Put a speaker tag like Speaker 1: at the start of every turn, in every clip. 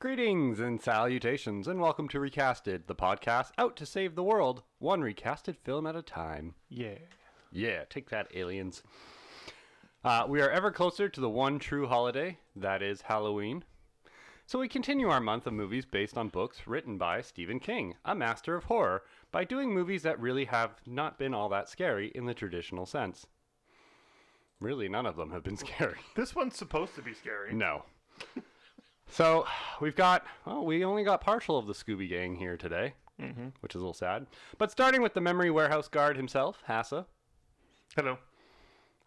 Speaker 1: Greetings and salutations, and welcome to Recasted, the podcast out to save the world, one recasted film at a time.
Speaker 2: Yeah.
Speaker 1: Yeah, take that, aliens. Uh, we are ever closer to the one true holiday, that is Halloween. So we continue our month of movies based on books written by Stephen King, a master of horror, by doing movies that really have not been all that scary in the traditional sense. Really, none of them have been scary.
Speaker 2: This one's supposed to be scary.
Speaker 1: No. So we've got, oh, we only got partial of the Scooby Gang here today, which is a little sad. But starting with the memory warehouse guard himself, Hassa,
Speaker 2: Hello.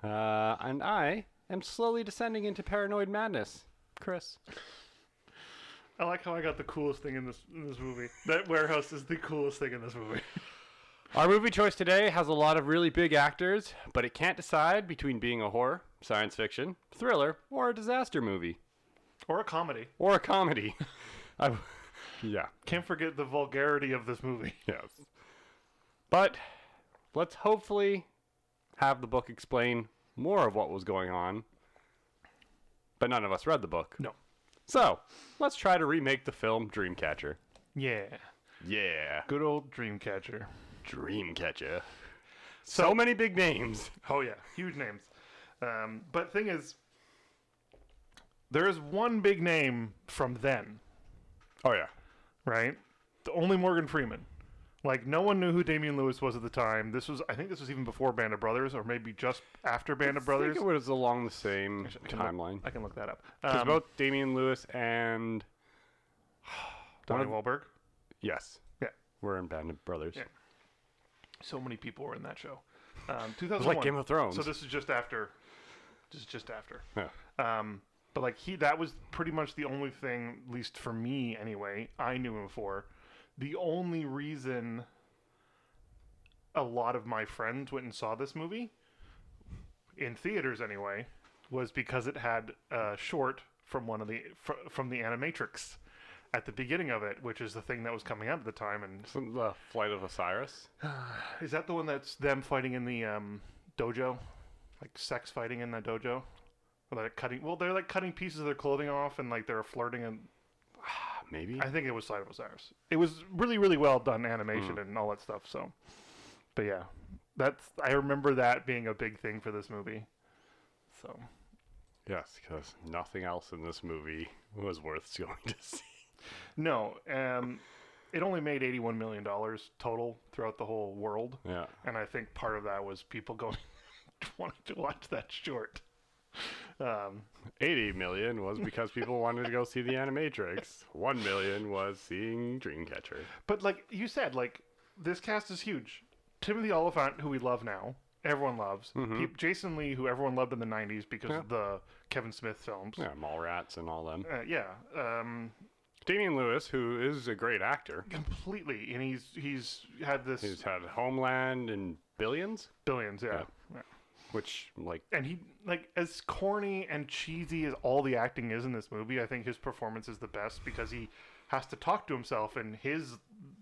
Speaker 1: uh, and I am slowly descending into paranoid madness. Chris.
Speaker 2: I like how I got the coolest thing in this in this movie. That warehouse is the coolest thing in this movie.
Speaker 1: Our movie choice today has a lot of really big actors, but it can't decide between being a horror, science fiction, thriller, or a disaster movie,
Speaker 2: Or a comedy.
Speaker 1: or a comedy. I, yeah.
Speaker 2: Can't forget the vulgarity of this movie.
Speaker 1: Yes. But let's hopefully have the book explain more of what was going on. But none of us read the book.
Speaker 2: No.
Speaker 1: So let's try to remake the film Dreamcatcher.
Speaker 2: Yeah.
Speaker 1: Yeah.
Speaker 2: Good old Dreamcatcher.
Speaker 1: Dreamcatcher. So, many big names.
Speaker 2: Oh yeah, huge names. Um, but thing is, there is one big name from then,
Speaker 1: Oh, yeah.
Speaker 2: right? The only Morgan Freeman. Like no one knew who Damian Lewis was at the time. This was, I think, this was even before Band of Brothers, or maybe just after Band of
Speaker 1: Brothers.
Speaker 2: Brothers.
Speaker 1: I think it was along the same timeline.
Speaker 2: I can look that up.
Speaker 1: Because
Speaker 2: Um,
Speaker 1: both Damian Lewis and.
Speaker 2: Donnie
Speaker 1: one
Speaker 2: Wahlberg.
Speaker 1: Yes.
Speaker 2: Yeah.
Speaker 1: We're in Band of Brothers.
Speaker 2: Yeah.
Speaker 1: It
Speaker 2: So many people were in that show. Um, 2001.
Speaker 1: was like Game of Thrones.
Speaker 2: So this is just after. This is just after.
Speaker 1: Yeah.
Speaker 2: Um, but like he, that was pretty much the only thing, at least for me anyway, I knew him for. The only reason a lot of my friends went and saw this movie, in theaters anyway, was because it had a short from one of the fr- from the Animatrix at the beginning of it, which is the thing that was coming out at the time, and
Speaker 1: Isn't the uh, Flight of Osiris?
Speaker 2: Is that the one that's them fighting in the um, dojo, like sex fighting in the dojo? Or like cutting? Well, they're like cutting pieces of their clothing off and like they're flirting. And
Speaker 1: Ah, Maybe.
Speaker 2: I think it was Side of Osiris. It was really, really well done animation and all that stuff. So, but yeah, that's I remember that being a big thing for this movie. So
Speaker 1: Yes, because nothing else in this movie was worth going to see.
Speaker 2: no, um, it only made eighty-one million dollars total throughout the whole world.
Speaker 1: Yeah.
Speaker 2: and I think part of that was people going wanting to watch that short. Um,
Speaker 1: 80 million was because people wanted to go see The Animatrix. 1 million was seeing Dreamcatcher.
Speaker 2: But like you said, like this cast is huge. Timothy Oliphant, who we love now, everyone loves.
Speaker 1: Mm-hmm.
Speaker 2: Pe- Jason Lee, who everyone loved in the '90s because of the Kevin Smith films.
Speaker 1: Yeah, Mallrats and all them.
Speaker 2: Uh, yeah, um,
Speaker 1: Damian Lewis, who is a great actor,
Speaker 2: completely. And he's he's had this
Speaker 1: he's had Homeland and Billions,
Speaker 2: billions, yeah. yeah.
Speaker 1: which, like,
Speaker 2: And he like as corny and cheesy as all the acting is in this movie, I think his performance is the best because he has to talk to himself in his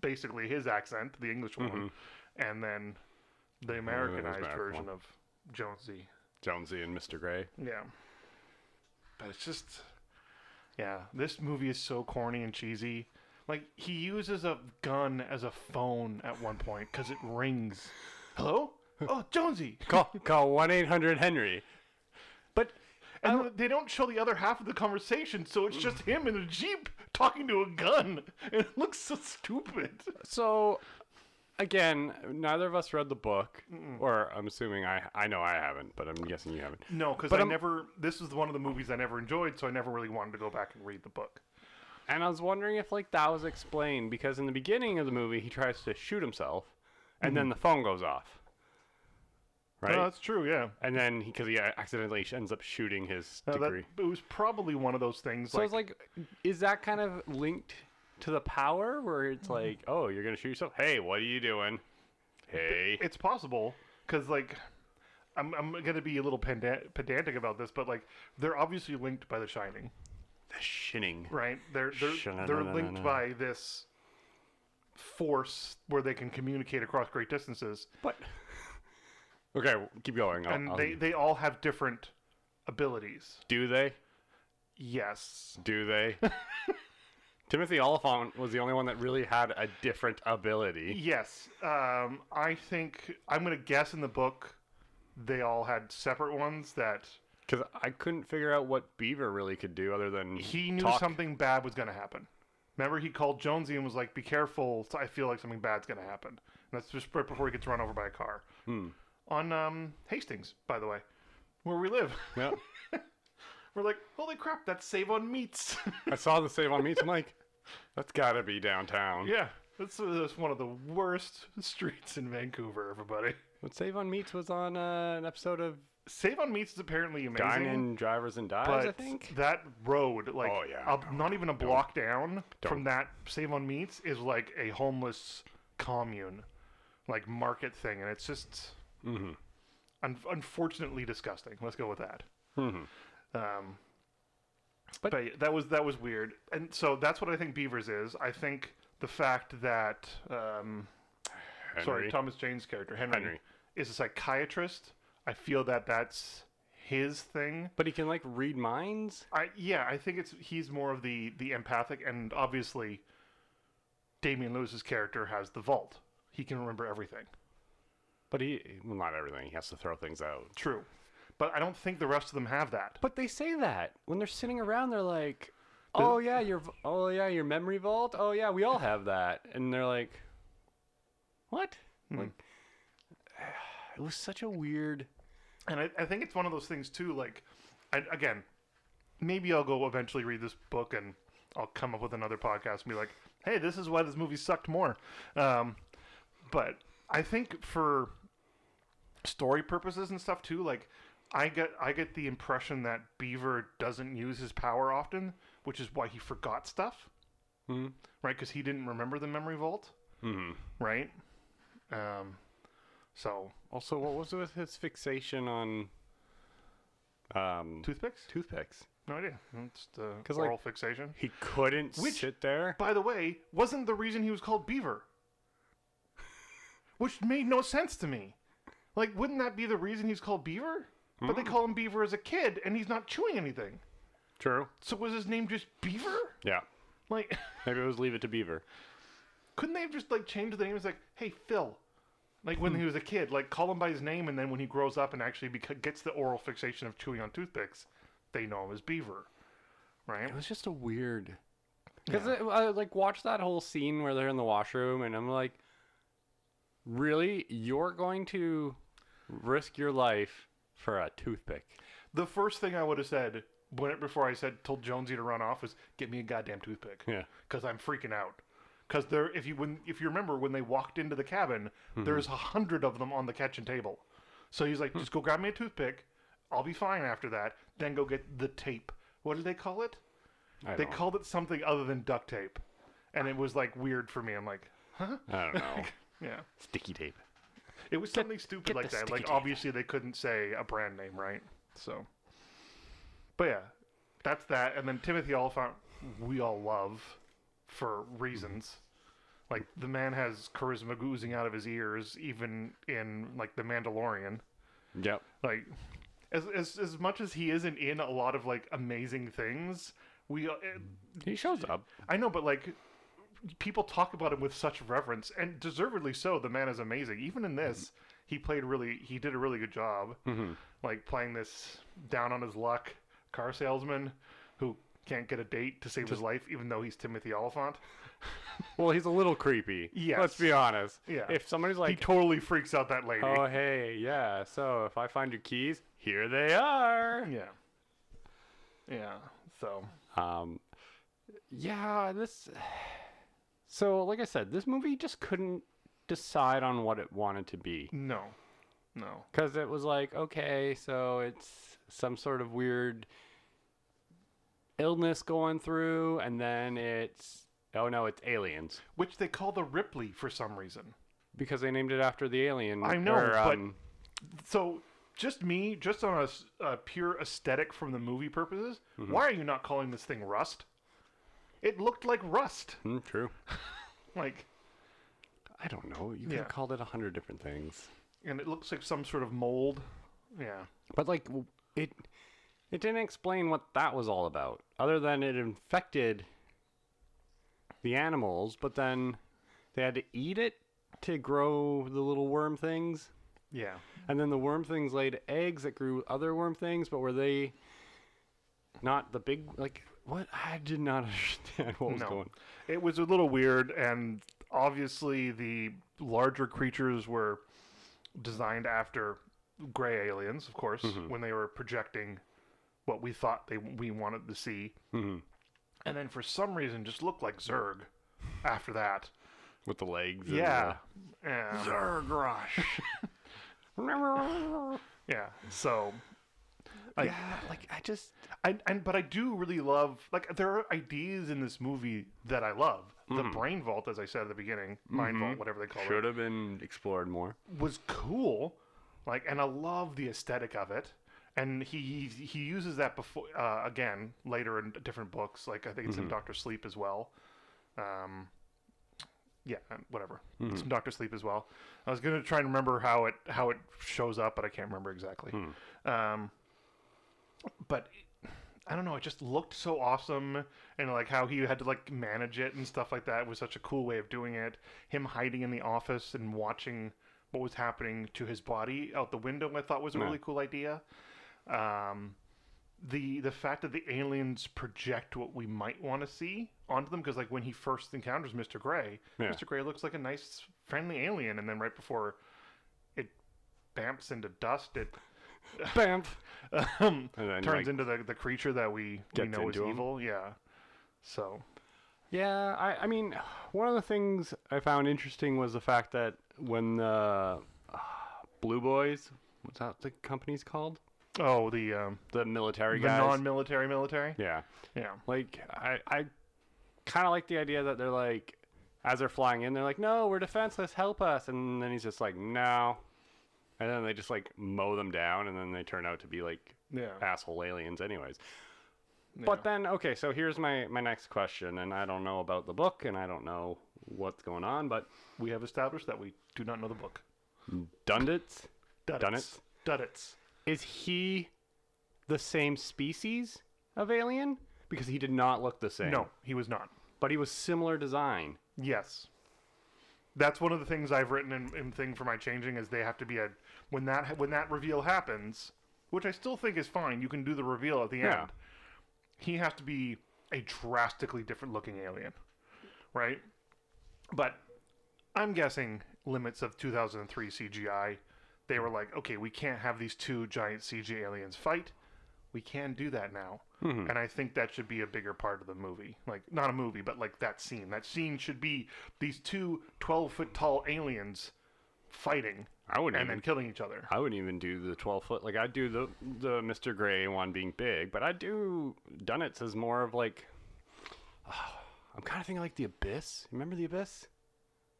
Speaker 2: basically his accent, the English
Speaker 1: Mm-hmm.
Speaker 2: one, and then the Americanized
Speaker 1: American
Speaker 2: version
Speaker 1: one.
Speaker 2: of Jonesy.
Speaker 1: Jonesy and Mr. Gray.
Speaker 2: Yeah. But it's just yeah, this movie is so corny and cheesy. Like he uses a gun as a phone at one point cuz it rings. Hello? Oh, Jonesy.
Speaker 1: Call, call 1 800 Henry. But
Speaker 2: And they don't show the other half of the conversation, so it's just him in a jeep talking to a gun. And it looks so stupid.
Speaker 1: So, again, neither of us read the book, or I'm assuming I I know I haven't, but I'm guessing you haven't.
Speaker 2: No, cuz
Speaker 1: But
Speaker 2: I
Speaker 1: I'm-
Speaker 2: never this was one of the movies I never enjoyed, so I never really wanted to go back and read the book.
Speaker 1: And I was wondering if like that was explained because in the beginning of the movie he tries to shoot himself, and then the phone goes off, right?
Speaker 2: that's true, yeah.
Speaker 1: and then because he, accidentally ends up shooting his
Speaker 2: Uh, that-
Speaker 1: degree.
Speaker 2: it was probably one of those things
Speaker 1: so I
Speaker 2: like
Speaker 1: was like, is that kind of linked to the power where it's like, oh, you're gonna shoot yourself? Hey, what are you doing? Hey,
Speaker 2: it's possible because like I'm, I'm gonna be a little peda- pedantic about this but like they're obviously linked by the shining
Speaker 1: the shinning.
Speaker 2: right they're they're, they're linked by this force where they can communicate across great distances
Speaker 1: But okay, keep going. I'll-
Speaker 2: and
Speaker 1: I'll-
Speaker 2: they they all have different abilities
Speaker 1: do they?
Speaker 2: yes
Speaker 1: Do they? Timothy Oliphant was the only one that really had a different ability.
Speaker 2: Yes, um, I think I'm gonna guess in the book they all had separate ones that
Speaker 1: Because I couldn't figure out what Beaver really could do other than
Speaker 2: he knew
Speaker 1: talk.
Speaker 2: something bad was gonna happen. Remember, he called Jonesy and was like, "Be careful! I feel like something bad's gonna happen." And that's just right before he gets run over by a car
Speaker 1: Hmm.
Speaker 2: on um, Hastings, by the way, where we live.
Speaker 1: Yeah.
Speaker 2: We're like, "Holy crap! That's Save on Meats."
Speaker 1: I saw the save on meats. I'm like, that's gotta be downtown.
Speaker 2: yeah, that's, that's one of the worst streets in Vancouver. Everybody,
Speaker 1: But save on meats was on uh, an episode of
Speaker 2: Save on Meats is apparently amazing.
Speaker 1: Dine In Drivers and Dives. I
Speaker 2: but
Speaker 1: think
Speaker 2: that road, like,
Speaker 1: Oh, yeah,
Speaker 2: a- not even a block down
Speaker 1: Don't.
Speaker 2: from that Save on Meats is like a homeless commune, like market thing, and it's just
Speaker 1: Mhm.
Speaker 2: un- unfortunately disgusting. Let's go with that.
Speaker 1: Mhm.
Speaker 2: Um, but,
Speaker 1: But-
Speaker 2: that was that was weird, and so that's what I think Beavers is. I think the fact that um, sorry
Speaker 1: Henry.
Speaker 2: Thomas Jane's character Henry,
Speaker 1: Henry.
Speaker 2: is a psychiatrist. I feel that that's his thing.
Speaker 1: But he can like read minds.
Speaker 2: I yeah, I think it's he's more of the the empathic, and obviously, Damian Lewis's character has the vault. He can remember everything.
Speaker 1: But he, well, not everything. He has to throw things out.
Speaker 2: True, but I don't think the rest of them have that.
Speaker 1: But they say that when they're sitting around, they're like, "Oh yeah, your v- oh yeah, your memory vault. Oh yeah, we all have that." And they're like, "What?" Like, it was such a weird.
Speaker 2: And I, I think it's one of those things too. Like, I, again, maybe I'll go eventually read this book, and I'll come up with another podcast and be like, "Hey, this is why this movie sucked more." Um, but I think for story purposes and stuff too, like I get I get the impression that Beaver doesn't use his power often, which is why he forgot stuff,
Speaker 1: Hmm.
Speaker 2: right? Because he didn't remember the memory vault,
Speaker 1: hmm
Speaker 2: right? Um, so
Speaker 1: Also, what was with his fixation on um,
Speaker 2: toothpicks?
Speaker 1: toothpicks?
Speaker 2: No idea. It's the
Speaker 1: 'Cause, like-
Speaker 2: oral fixation.
Speaker 1: He couldn't
Speaker 2: Which-
Speaker 1: sit there.
Speaker 2: by the way, wasn't the reason he was called Beaver. Which made no sense to me. Like, wouldn't that be the reason he's called Beaver? But they call him Beaver as a kid, and he's not chewing anything.
Speaker 1: True.
Speaker 2: So was his name just Beaver?
Speaker 1: Yeah.
Speaker 2: Like,
Speaker 1: Maybe it was leave it to Beaver.
Speaker 2: couldn't they have just like changed the name? It's like, hey Phil, like when he was a kid, like call him by his name, and then when he grows up and actually beca- gets the oral fixation of chewing on toothpicks, they know him as Beaver, right?
Speaker 1: It was just a weird. Because I, like watched that whole scene where they're in the washroom, and I'm like, really, you're going to risk your life for a toothpick?
Speaker 2: The first thing I would have said when before I said told Jonesy to run off was get me a goddamn toothpick.
Speaker 1: Yeah.
Speaker 2: because I'm freaking out. Because there, if you when if you remember when they walked into the cabin,
Speaker 1: Mm-hmm.
Speaker 2: there's a hundred of them on the kitchen table. So he's
Speaker 1: Hmm.
Speaker 2: like, just go grab me a toothpick. I'll be fine after that. Then go get the tape. What did they call it?
Speaker 1: I
Speaker 2: They
Speaker 1: don't,
Speaker 2: called it something other than duct tape, and it was like weird for me. I'm like,
Speaker 1: I don't know.
Speaker 2: yeah,
Speaker 1: Sticky tape.
Speaker 2: it was something stupid
Speaker 1: get
Speaker 2: like
Speaker 1: the
Speaker 2: that.
Speaker 1: sticky
Speaker 2: Like
Speaker 1: tape.
Speaker 2: obviously they couldn't say a brand name, right? So, but yeah, that's that. And then Timothy Oliphant, we all love for reasons.
Speaker 1: Mm-hmm.
Speaker 2: Like the man has charisma oozing out of his ears, even in like The Mandalorian.
Speaker 1: Yep.
Speaker 2: Like as as as much as he isn't in a lot of like amazing things, we uh,
Speaker 1: He shows up.
Speaker 2: I know, but like people talk about him with such reverence, and deservedly so. The man is amazing. Even in this, he played really. He did a really good job, like playing this down on his luck car salesman who can't get a date to save his life, even though he's Timothy Oliphant.
Speaker 1: Well, he's a little creepy. Let's be honest.
Speaker 2: Yeah.
Speaker 1: If somebody's
Speaker 2: He
Speaker 1: like,
Speaker 2: totally freaks out that lady.
Speaker 1: oh hey, yeah. So if I find your keys, here they are.
Speaker 2: yeah, yeah. So
Speaker 1: Um, yeah, this. So, like I said, this movie just couldn't decide on what it wanted to be
Speaker 2: no, no.
Speaker 1: because it was like, okay, so it's some sort of weird illness going through, and then it's oh no, it's aliens
Speaker 2: Which they call the Ripley for some reason.
Speaker 1: because they named it after the alien.
Speaker 2: I know,
Speaker 1: or,
Speaker 2: but-
Speaker 1: um,
Speaker 2: so just me just on a, s- a pure aesthetic from the movie purposes why are you not calling this thing rust it looked like rust
Speaker 1: hmm, true.
Speaker 2: like
Speaker 1: I don't know. You could
Speaker 2: Yeah.
Speaker 1: have called it a hundred different things.
Speaker 2: and it looks like some sort of mold yeah
Speaker 1: But like w- it it didn't explain what that was all about other than it infected the animals, but then they had to eat it to grow the little worm things.
Speaker 2: Yeah.
Speaker 1: And then the worm things laid eggs that grew other worm things, but were they not the big like what? I did not understand what was
Speaker 2: No.
Speaker 1: going.
Speaker 2: It was a little weird, and obviously the larger creatures were designed after gray aliens, of course, when they were projecting what we thought they we wanted to see,
Speaker 1: Mhm.
Speaker 2: and then for some reason just looked like Zerg. After that,
Speaker 1: With the legs.
Speaker 2: yeah, yeah.
Speaker 1: Zerg rush.
Speaker 2: yeah. So I-
Speaker 1: yeah, like I just
Speaker 2: I, and but I do really love like there are ideas in this movie that I love. The brain vault, as I said at the beginning, mind vault, whatever they call it,
Speaker 1: should have been explored more.
Speaker 2: was cool, like, and I love the aesthetic of it. And he he, he uses that before uh, again later in different books. Like I think it's in Doctor Sleep as well. Um, yeah, um, whatever. It's in Doctor Sleep as well. I was gonna try and remember how it how it shows up, but I can't remember exactly. Um, but I don't know. It just looked so awesome, and like how he had to like manage it and stuff like that was such a cool way of doing it. Him hiding in the office and watching what was happening to his body out the window, I thought was a
Speaker 1: Yeah.
Speaker 2: really cool idea. Um, the the fact that the aliens project what we might want to see onto them, because like when he first encounters Mister Gray,
Speaker 1: Yeah.
Speaker 2: Mister Gray looks like a nice, friendly alien, and then right before it bamps into dust, it
Speaker 1: Bam.
Speaker 2: um,
Speaker 1: And then,
Speaker 2: turns
Speaker 1: like,
Speaker 2: into the, the creature that we, we
Speaker 1: gets
Speaker 2: know is
Speaker 1: into 'em.
Speaker 2: evil. Yeah. So
Speaker 1: Yeah, I, I mean, one of the things I found interesting was the fact that when the uh, Blue Boys, what's that the company's called?
Speaker 2: oh the um,
Speaker 1: The military
Speaker 2: the
Speaker 1: guys.
Speaker 2: non-military military.
Speaker 1: yeah,
Speaker 2: Yeah.
Speaker 1: like I, I kind of like the idea that they're like, as they're flying in, they're like, "No, we're defenseless, help us!" And then he's just like, "No," and then they just like mow them down, and then they turn out to be like
Speaker 2: Yeah.
Speaker 1: asshole aliens, anyways.
Speaker 2: yeah.
Speaker 1: Uh, But then, okay, so here's my my next question, and I don't know about the book, and I don't know what's going on, but
Speaker 2: we have established that we do not know the book.
Speaker 1: Dundits.
Speaker 2: Duddits. Duddits.
Speaker 1: Is he the same species of alien? Because he did not look the same.
Speaker 2: No, he was not.
Speaker 1: But he was similar design.
Speaker 2: Yes. That's one of the things I've written in, in thing for my changing is they have to be a when that ha- when that reveal happens, which I still think is fine. You can do the reveal at the
Speaker 1: Yeah.
Speaker 2: end. He has to be a drastically different looking alien, right? But I'm guessing limits of 2003 CGI. They were like, okay, we can't have these two giant CG aliens fight. We can do that now.
Speaker 1: Hmm.
Speaker 2: And I think that should be a bigger part of the movie. Like, not a movie, but like that scene. That scene should be these two 12 foot tall aliens fighting
Speaker 1: I wouldn't
Speaker 2: and then
Speaker 1: even
Speaker 2: killing each other.
Speaker 1: I wouldn't even do the twelve foot like I'd do the the Mr. Grey one being big, but I do Dunnits as more of like I'm kinda thinking like the Abyss. Remember the Abyss?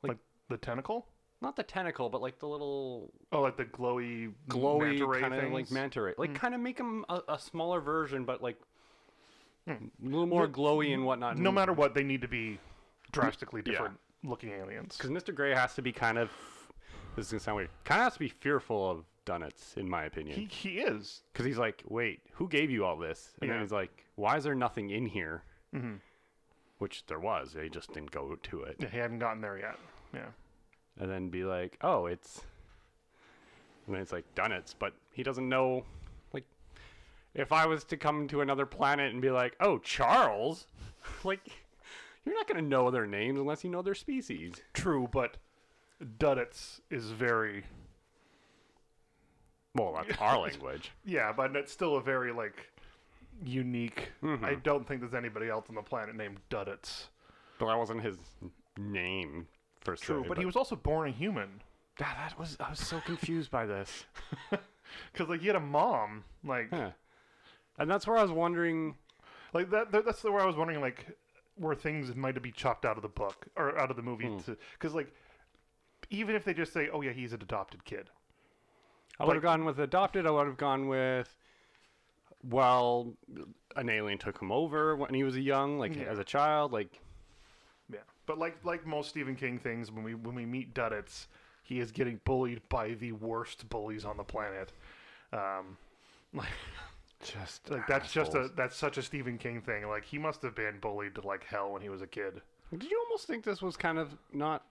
Speaker 2: Like the tentacle?
Speaker 1: Not the tentacle, but like the little
Speaker 2: Oh, like the glowy,
Speaker 1: glowy
Speaker 2: manta ray
Speaker 1: kind of like
Speaker 2: things? Mm.
Speaker 1: manta ray. Like kind of make them a, a smaller version, but like a little more glowy and whatnot.
Speaker 2: Hmm. No matter what, they need to be drastically different looking aliens.
Speaker 1: because Mr. Gray has to be kind of this is gonna sound weird. Kind of has to be fearful of Dunnits, in my
Speaker 2: He,
Speaker 1: opinion,
Speaker 2: he is.
Speaker 1: because he's like, wait, who gave you all this? And
Speaker 2: Yeah. Mm-hmm.
Speaker 1: then he's like, why is there nothing in here? Which there was. They just didn't go to it.
Speaker 2: He hadn't gotten there yet. Yeah.
Speaker 1: and then be like, "Oh, it's," and then it's like Dunnits, but he doesn't know. Like, if I was to come to another planet and be like, "Oh, Charles," like, you're not gonna know their names unless you know their species.
Speaker 2: True, but Duddits is very
Speaker 1: Well, that's our language.
Speaker 2: yeah, but it's still a very like unique. I don't think there's anybody else on the planet named Duddits.
Speaker 1: But that wasn't his name for
Speaker 2: True, but, he was also born a human
Speaker 1: God, that was I was so confused by this.
Speaker 2: because like he had a mom. Like
Speaker 1: Huh. And that's where I was wondering.
Speaker 2: like that, that that's where I was wondering like where things might be chopped out of the book or out of the movie because like even if they just say oh yeah he's an adopted kid
Speaker 1: I would have gone with adopted. I would have gone with well, an alien took him over when he was a young, like
Speaker 2: Yeah.
Speaker 1: as a child, like
Speaker 2: Yeah, but like like most Stephen King things, when we when we meet Duddits, he is getting bullied by the worst bullies on the planet. Um, like
Speaker 1: just
Speaker 2: like that's just a that's such a Stephen King thing. Like he must have been bullied to like hell when he was a kid.
Speaker 1: Did you almost think this was kind of not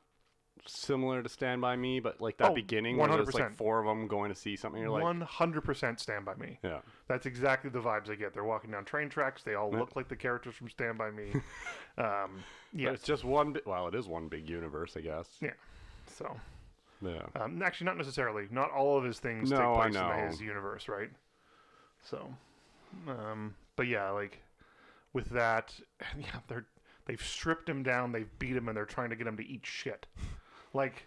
Speaker 1: similar to Stand By Me, but like that
Speaker 2: Oh,
Speaker 1: beginning where there's like
Speaker 2: 100%.
Speaker 1: four of them going to see something? You're like,
Speaker 2: One hundred percent Stand by Me.
Speaker 1: yeah.
Speaker 2: That's exactly the vibes I get. They're walking down train tracks. They all
Speaker 1: Yeah.
Speaker 2: look like the characters from Stand by Me. um,
Speaker 1: But
Speaker 2: yeah,
Speaker 1: it's just one. Bi- well, it is one big universe, I guess.
Speaker 2: yeah. So
Speaker 1: Yeah.
Speaker 2: um, actually, not necessarily. Not all of his things
Speaker 1: No, I
Speaker 2: take place
Speaker 1: know.
Speaker 2: in his universe, right? So, um, but yeah, like with that, yeah, they're they've stripped him down. They've beat him, and they're trying to get him to eat shit. Like,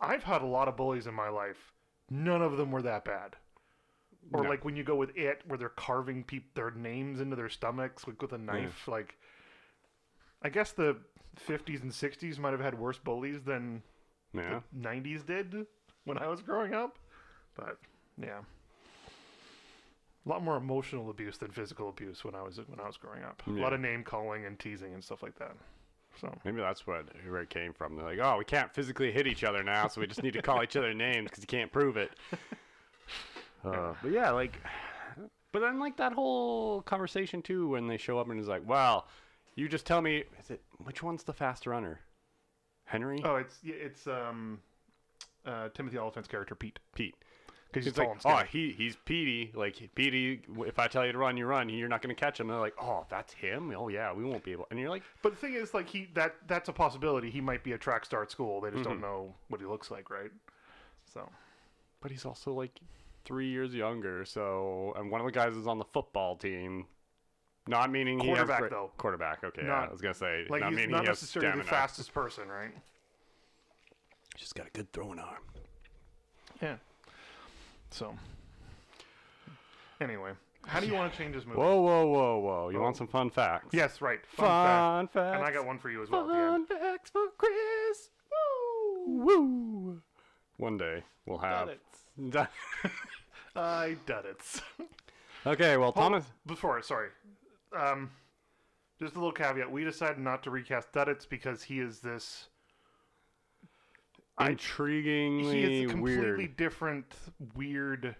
Speaker 2: I've had a lot of bullies in my life. None of them were that bad. Or
Speaker 1: No.
Speaker 2: like when you go with it, where they're carving peop their names into their stomachs like with a knife. Like, I guess the 50s and 60s might have had worse bullies than
Speaker 1: Yeah.
Speaker 2: the 90s did when I was growing up. But yeah. A lot more emotional abuse than physical abuse when I was when I was growing up. A lot
Speaker 1: Yeah.
Speaker 2: of name calling and teasing and stuff like that. So
Speaker 1: Maybe that's what where it came from. They're like, oh, we can't physically hit each other now, so we just need to call each other names because you can't prove it. Uh, but yeah, like, but then like that whole conversation too, when they show up and it's like, well, you just tell me, is it which one's the fast runner, Henry,
Speaker 2: oh, it's yeah, it's um, uh, Timothy Oliphant's character Pete
Speaker 1: Pete?
Speaker 2: because he's
Speaker 1: He's
Speaker 2: tall
Speaker 1: like,
Speaker 2: and
Speaker 1: oh,
Speaker 2: skinny.
Speaker 1: he he's Petey. Like Petey, if I tell you to run, you run. You're not gonna catch him. They're like, oh, that's him. Oh yeah, we won't be able. And you're like,
Speaker 2: But the thing is, like he that that's a possibility. He might be a track star at school. They just
Speaker 1: Mm-hmm.
Speaker 2: don't know what he looks like, right? So
Speaker 1: but he's also like three years younger. So, and one of the guys is on the football team. Not meaning he has
Speaker 2: Quarterback,
Speaker 1: great-
Speaker 2: though.
Speaker 1: Quarterback. Okay, yeah,
Speaker 2: Not-
Speaker 1: I was gonna say
Speaker 2: like
Speaker 1: not
Speaker 2: he's
Speaker 1: meaning
Speaker 2: not
Speaker 1: he has
Speaker 2: necessarily the
Speaker 1: stamina.
Speaker 2: fastest person, right?
Speaker 1: Just got a good throwing arm.
Speaker 2: Yeah. So anyway, how do you want to change this movie?
Speaker 1: Whoa, whoa, whoa, whoa! You want some fun facts?
Speaker 2: Yes, right. Fun, fact.
Speaker 1: fun facts.
Speaker 2: And I got one for you as well. At the end.
Speaker 1: Fun facts for Chris. Woo, woo. One day we'll have.
Speaker 2: I did it.
Speaker 1: okay, well, Thomas.
Speaker 2: Before, sorry. Um, just a little caveat. We decided not to recast Duddits because he is this. I-
Speaker 1: intriguingly
Speaker 2: he is a completely
Speaker 1: weird.
Speaker 2: different weird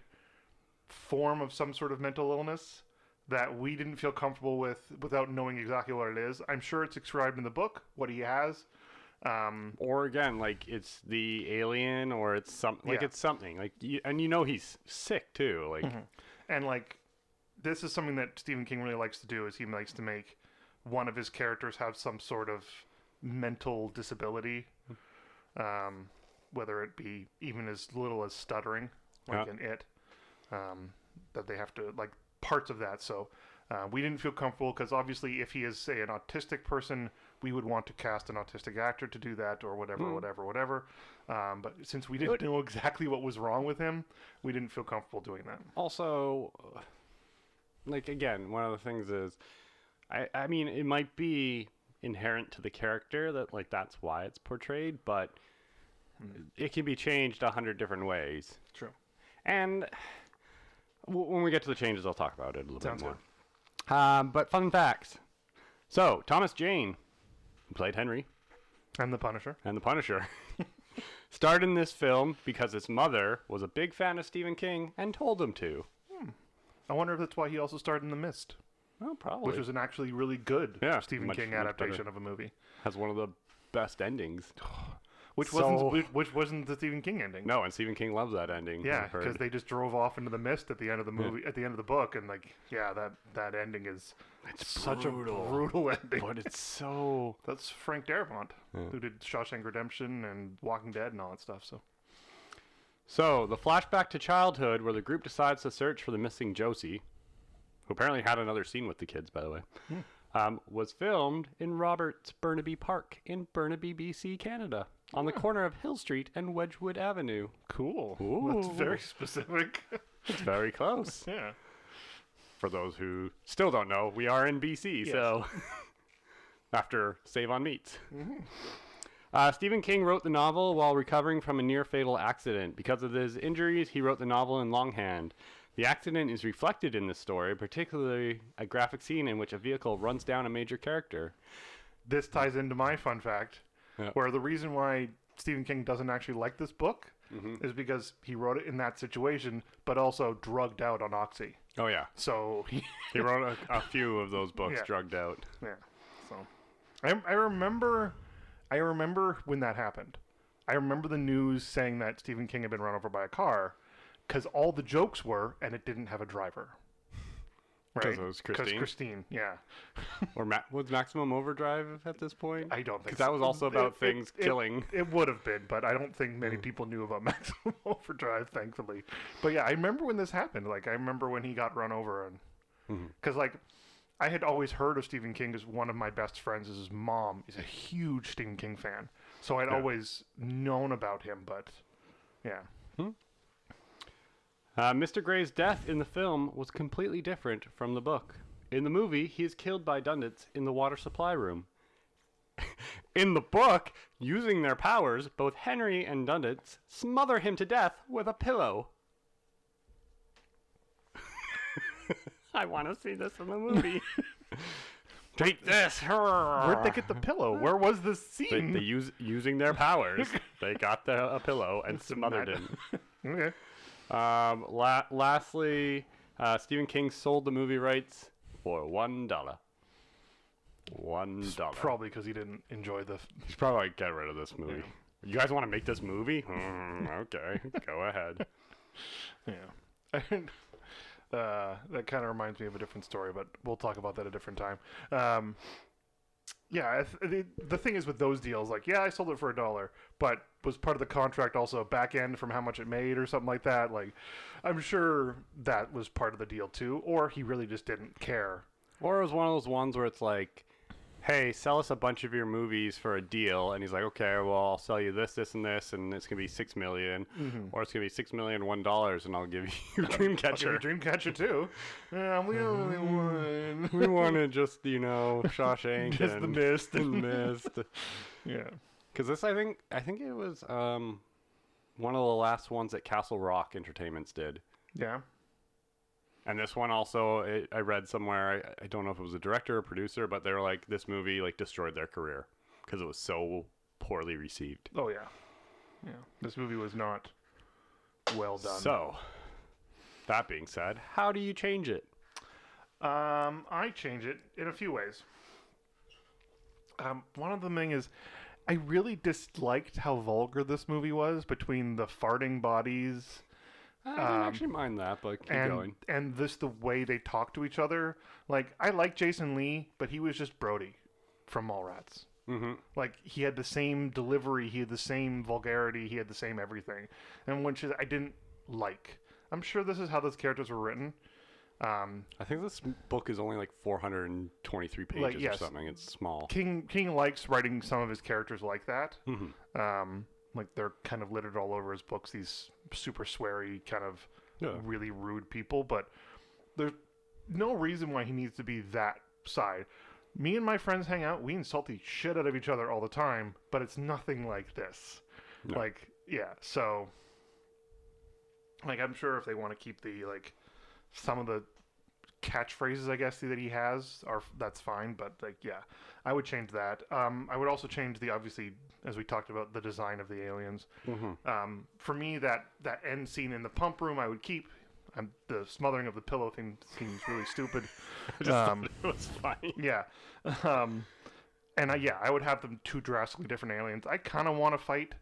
Speaker 2: form of some sort of mental illness that we didn't feel comfortable with without knowing exactly what it is i'm sure it's described in the book what he has um,
Speaker 1: Or again, like it's the alien, or it's some like
Speaker 2: Yeah. Mm-hmm.
Speaker 1: it's something like, you, and you know he's sick too. Like
Speaker 2: and like this is something that stephen king really likes to do is he likes to make one of his characters have some sort of mental disability um, whether it be even as little as stuttering like
Speaker 1: Yeah.
Speaker 2: in it um, that they have to like parts of that so uh, we didn't feel comfortable because obviously if he is say an autistic person we would want to cast an autistic actor to do that or whatever whatever whatever um, but since we didn't know exactly what was wrong with him we didn't feel comfortable doing that
Speaker 1: also, uh, like again, one of the things is, I I mean, it might be inherent to the character that like that's why it's portrayed, but
Speaker 2: Hmm.
Speaker 1: it can be changed a hundred different ways.
Speaker 2: True.
Speaker 1: And w- when we get to the changes, I'll talk about it a little
Speaker 2: Sounds
Speaker 1: bit more. Um, but fun facts. So Thomas Jane, who played Henry
Speaker 2: And the Punisher.
Speaker 1: and the Punisher, starred in this film because his mother was a big fan of Stephen King and told him to.
Speaker 2: I wonder if that's why he also starred in The Mist,
Speaker 1: Well, Oh, probably
Speaker 2: which was an actually really good
Speaker 1: Yeah,
Speaker 2: Stephen
Speaker 1: much-
Speaker 2: King
Speaker 1: much better.
Speaker 2: adaptation of a movie,
Speaker 1: has one of the best endings.
Speaker 2: which
Speaker 1: So-
Speaker 2: wasn't which, which wasn't the Stephen King ending.
Speaker 1: No, and Stephen King loves that ending.
Speaker 2: Yeah,
Speaker 1: I've heard.
Speaker 2: because they just drove off into the mist at the end of the movie, at the end of the book, and like, yeah, that that ending is it's such
Speaker 1: brutal.
Speaker 2: a brutal ending.
Speaker 1: but it's so
Speaker 2: That's Frank Darabont, who did Shawshank Redemption and Walking Dead and all that stuff. So
Speaker 1: So, the flashback to childhood where the group decides to search for the missing Josie, who apparently had another scene with the kids, by the way, um, was filmed in Roberts Burnaby Park in Burnaby, BC, Canada, on the corner of Hill Street and Wedgwood Avenue.
Speaker 2: cool.
Speaker 1: Ooh.
Speaker 2: That's very specific.
Speaker 1: It's very close.
Speaker 2: yeah.
Speaker 1: For those who still don't know, we are in BC,
Speaker 2: Yes.
Speaker 1: so after Save on Meats. Uh, Stephen King wrote the novel while recovering from a near fatal accident. Because of his injuries, he wrote the novel in longhand. The accident is reflected in the story, particularly a graphic scene in which a vehicle runs down a major character.
Speaker 2: this ties into my fun fact,
Speaker 1: Yeah.
Speaker 2: where the reason why Stephen King doesn't actually like this book
Speaker 1: Mm-hmm.
Speaker 2: is because he wrote it in that situation, but also drugged out on oxy.
Speaker 1: Oh, yeah.
Speaker 2: So he,
Speaker 1: He wrote a, a few of those books
Speaker 2: Yeah.
Speaker 1: drugged out.
Speaker 2: yeah, so I, I remember, I remember when that happened. I remember the news saying that Stephen King had been run over by a car, because all the jokes were, and it didn't have a driver.
Speaker 1: 'Cause it was
Speaker 2: 'Cause
Speaker 1: Christine?
Speaker 2: Christine, yeah.
Speaker 1: Or ma- was Maximum Overdrive at this point?
Speaker 2: I don't think
Speaker 1: Because that was also about
Speaker 2: It- it-
Speaker 1: things
Speaker 2: it-
Speaker 1: killing. Hmm.
Speaker 2: It, would have been, but I don't think many people knew about Maximum Overdrive, thankfully. But yeah, I remember when this happened. Like I remember when he got run over, and
Speaker 1: Hmm.
Speaker 2: because like I had always heard of Stephen King as one of my best friends. Is his mom is a huge Stephen King fan, so I'd always known about him. But yeah,
Speaker 1: Uh, Mr. Gray's death in the film was completely different from the book. In the movie, he is killed by Dundits in the water supply room. in the book, using their powers, both Henry and Dundits smother him to death with a pillow. I want to see this in the movie. Take this.
Speaker 2: where'd they get the pillow? Where was this
Speaker 1: They,
Speaker 2: scene?
Speaker 1: Ah. they use using their powers. they got the, a pillow and smothered him.
Speaker 2: Okay.
Speaker 1: Um, la- lastly, uh, Stephen King sold the movie rights for one dollar. One dollar.
Speaker 2: Probably because he didn't enjoy the.
Speaker 1: Should probably like, get rid of this movie. You guys want to make this movie? Hmm, okay, go ahead.
Speaker 2: Yeah. uh, that kind of reminds me of a different story, but we'll talk about that a different time. Um, yeah, I th- the, the thing is with those deals, like, yeah, I sold it for a dollar, but was part of the contract also a back end from how much it made or something like that. Like, I'm sure that was part of the deal too, or he really just didn't care.
Speaker 1: Or it was one of those ones where it's like, hey, sell us a bunch of your movies for a deal, and he's like, okay, well, I'll sell you this, this, and this, and it's gonna be six million,
Speaker 2: Mm-hmm.
Speaker 1: or it's gonna be six million one dollars, and I'll give you
Speaker 2: Sure.
Speaker 1: Dreamcatcher.
Speaker 2: Dreamcatcher too. Yeah, we only one.
Speaker 1: we want to just, you know, Shawshank
Speaker 2: Just
Speaker 1: and
Speaker 2: the mist.
Speaker 1: and missed.
Speaker 2: Yeah.
Speaker 1: Because this, I think, I think it was um, one of the last ones that Castle Rock Entertainments did,
Speaker 2: Yeah.
Speaker 1: and this one also, it, I read somewhere, I, I don't know if it was a director or producer, but they were like, this movie like destroyed their career because it was so poorly received.
Speaker 2: Oh yeah. Yeah. This movie was not well done.
Speaker 1: So, that being said, how do you change it?
Speaker 2: Um, I change it in a few ways. Um, one of them thing is, I really disliked how vulgar this movie was between the farting bodies
Speaker 1: I didn't actually mind that, but keep
Speaker 2: and
Speaker 1: going.
Speaker 2: and this the way they talk to each other. Like I like Jason Lee, but he was just Brody from Mallrats.
Speaker 1: Mm-hmm.
Speaker 2: Like he had the same delivery, he had the same vulgarity, he had the same everything, and which is I didn't like. I'm sure this is how those characters were written. Um,
Speaker 1: I think this book is only like 423 pages
Speaker 2: Like,
Speaker 1: or
Speaker 2: yes.
Speaker 1: something. It's small.
Speaker 2: King King likes writing some of his characters like that.
Speaker 1: Mhm.
Speaker 2: Um, like they're kind of littered all over his books. These super sweary, kind of
Speaker 1: Yeah.
Speaker 2: really rude people. But there's no reason why he needs to be that side. Me and my friends hang out. We insult the shit out of each other all the time, but it's nothing like this.
Speaker 1: No.
Speaker 2: Like yeah, so like I'm sure if they want to keep the like some of the catchphrases I guess that he has are that's fine, but like yeah, I would change that. Um, I would also change the obviously as we talked about the design of the aliens.
Speaker 1: Mhm.
Speaker 2: Um, for me, that that end scene in the pump room I would keep. Um the smothering of the pillow thing seems really stupid. um,
Speaker 1: it was funny.
Speaker 2: yeah. Um, and I, yeah, I would have them two drastically different aliens. I kind of want to fight.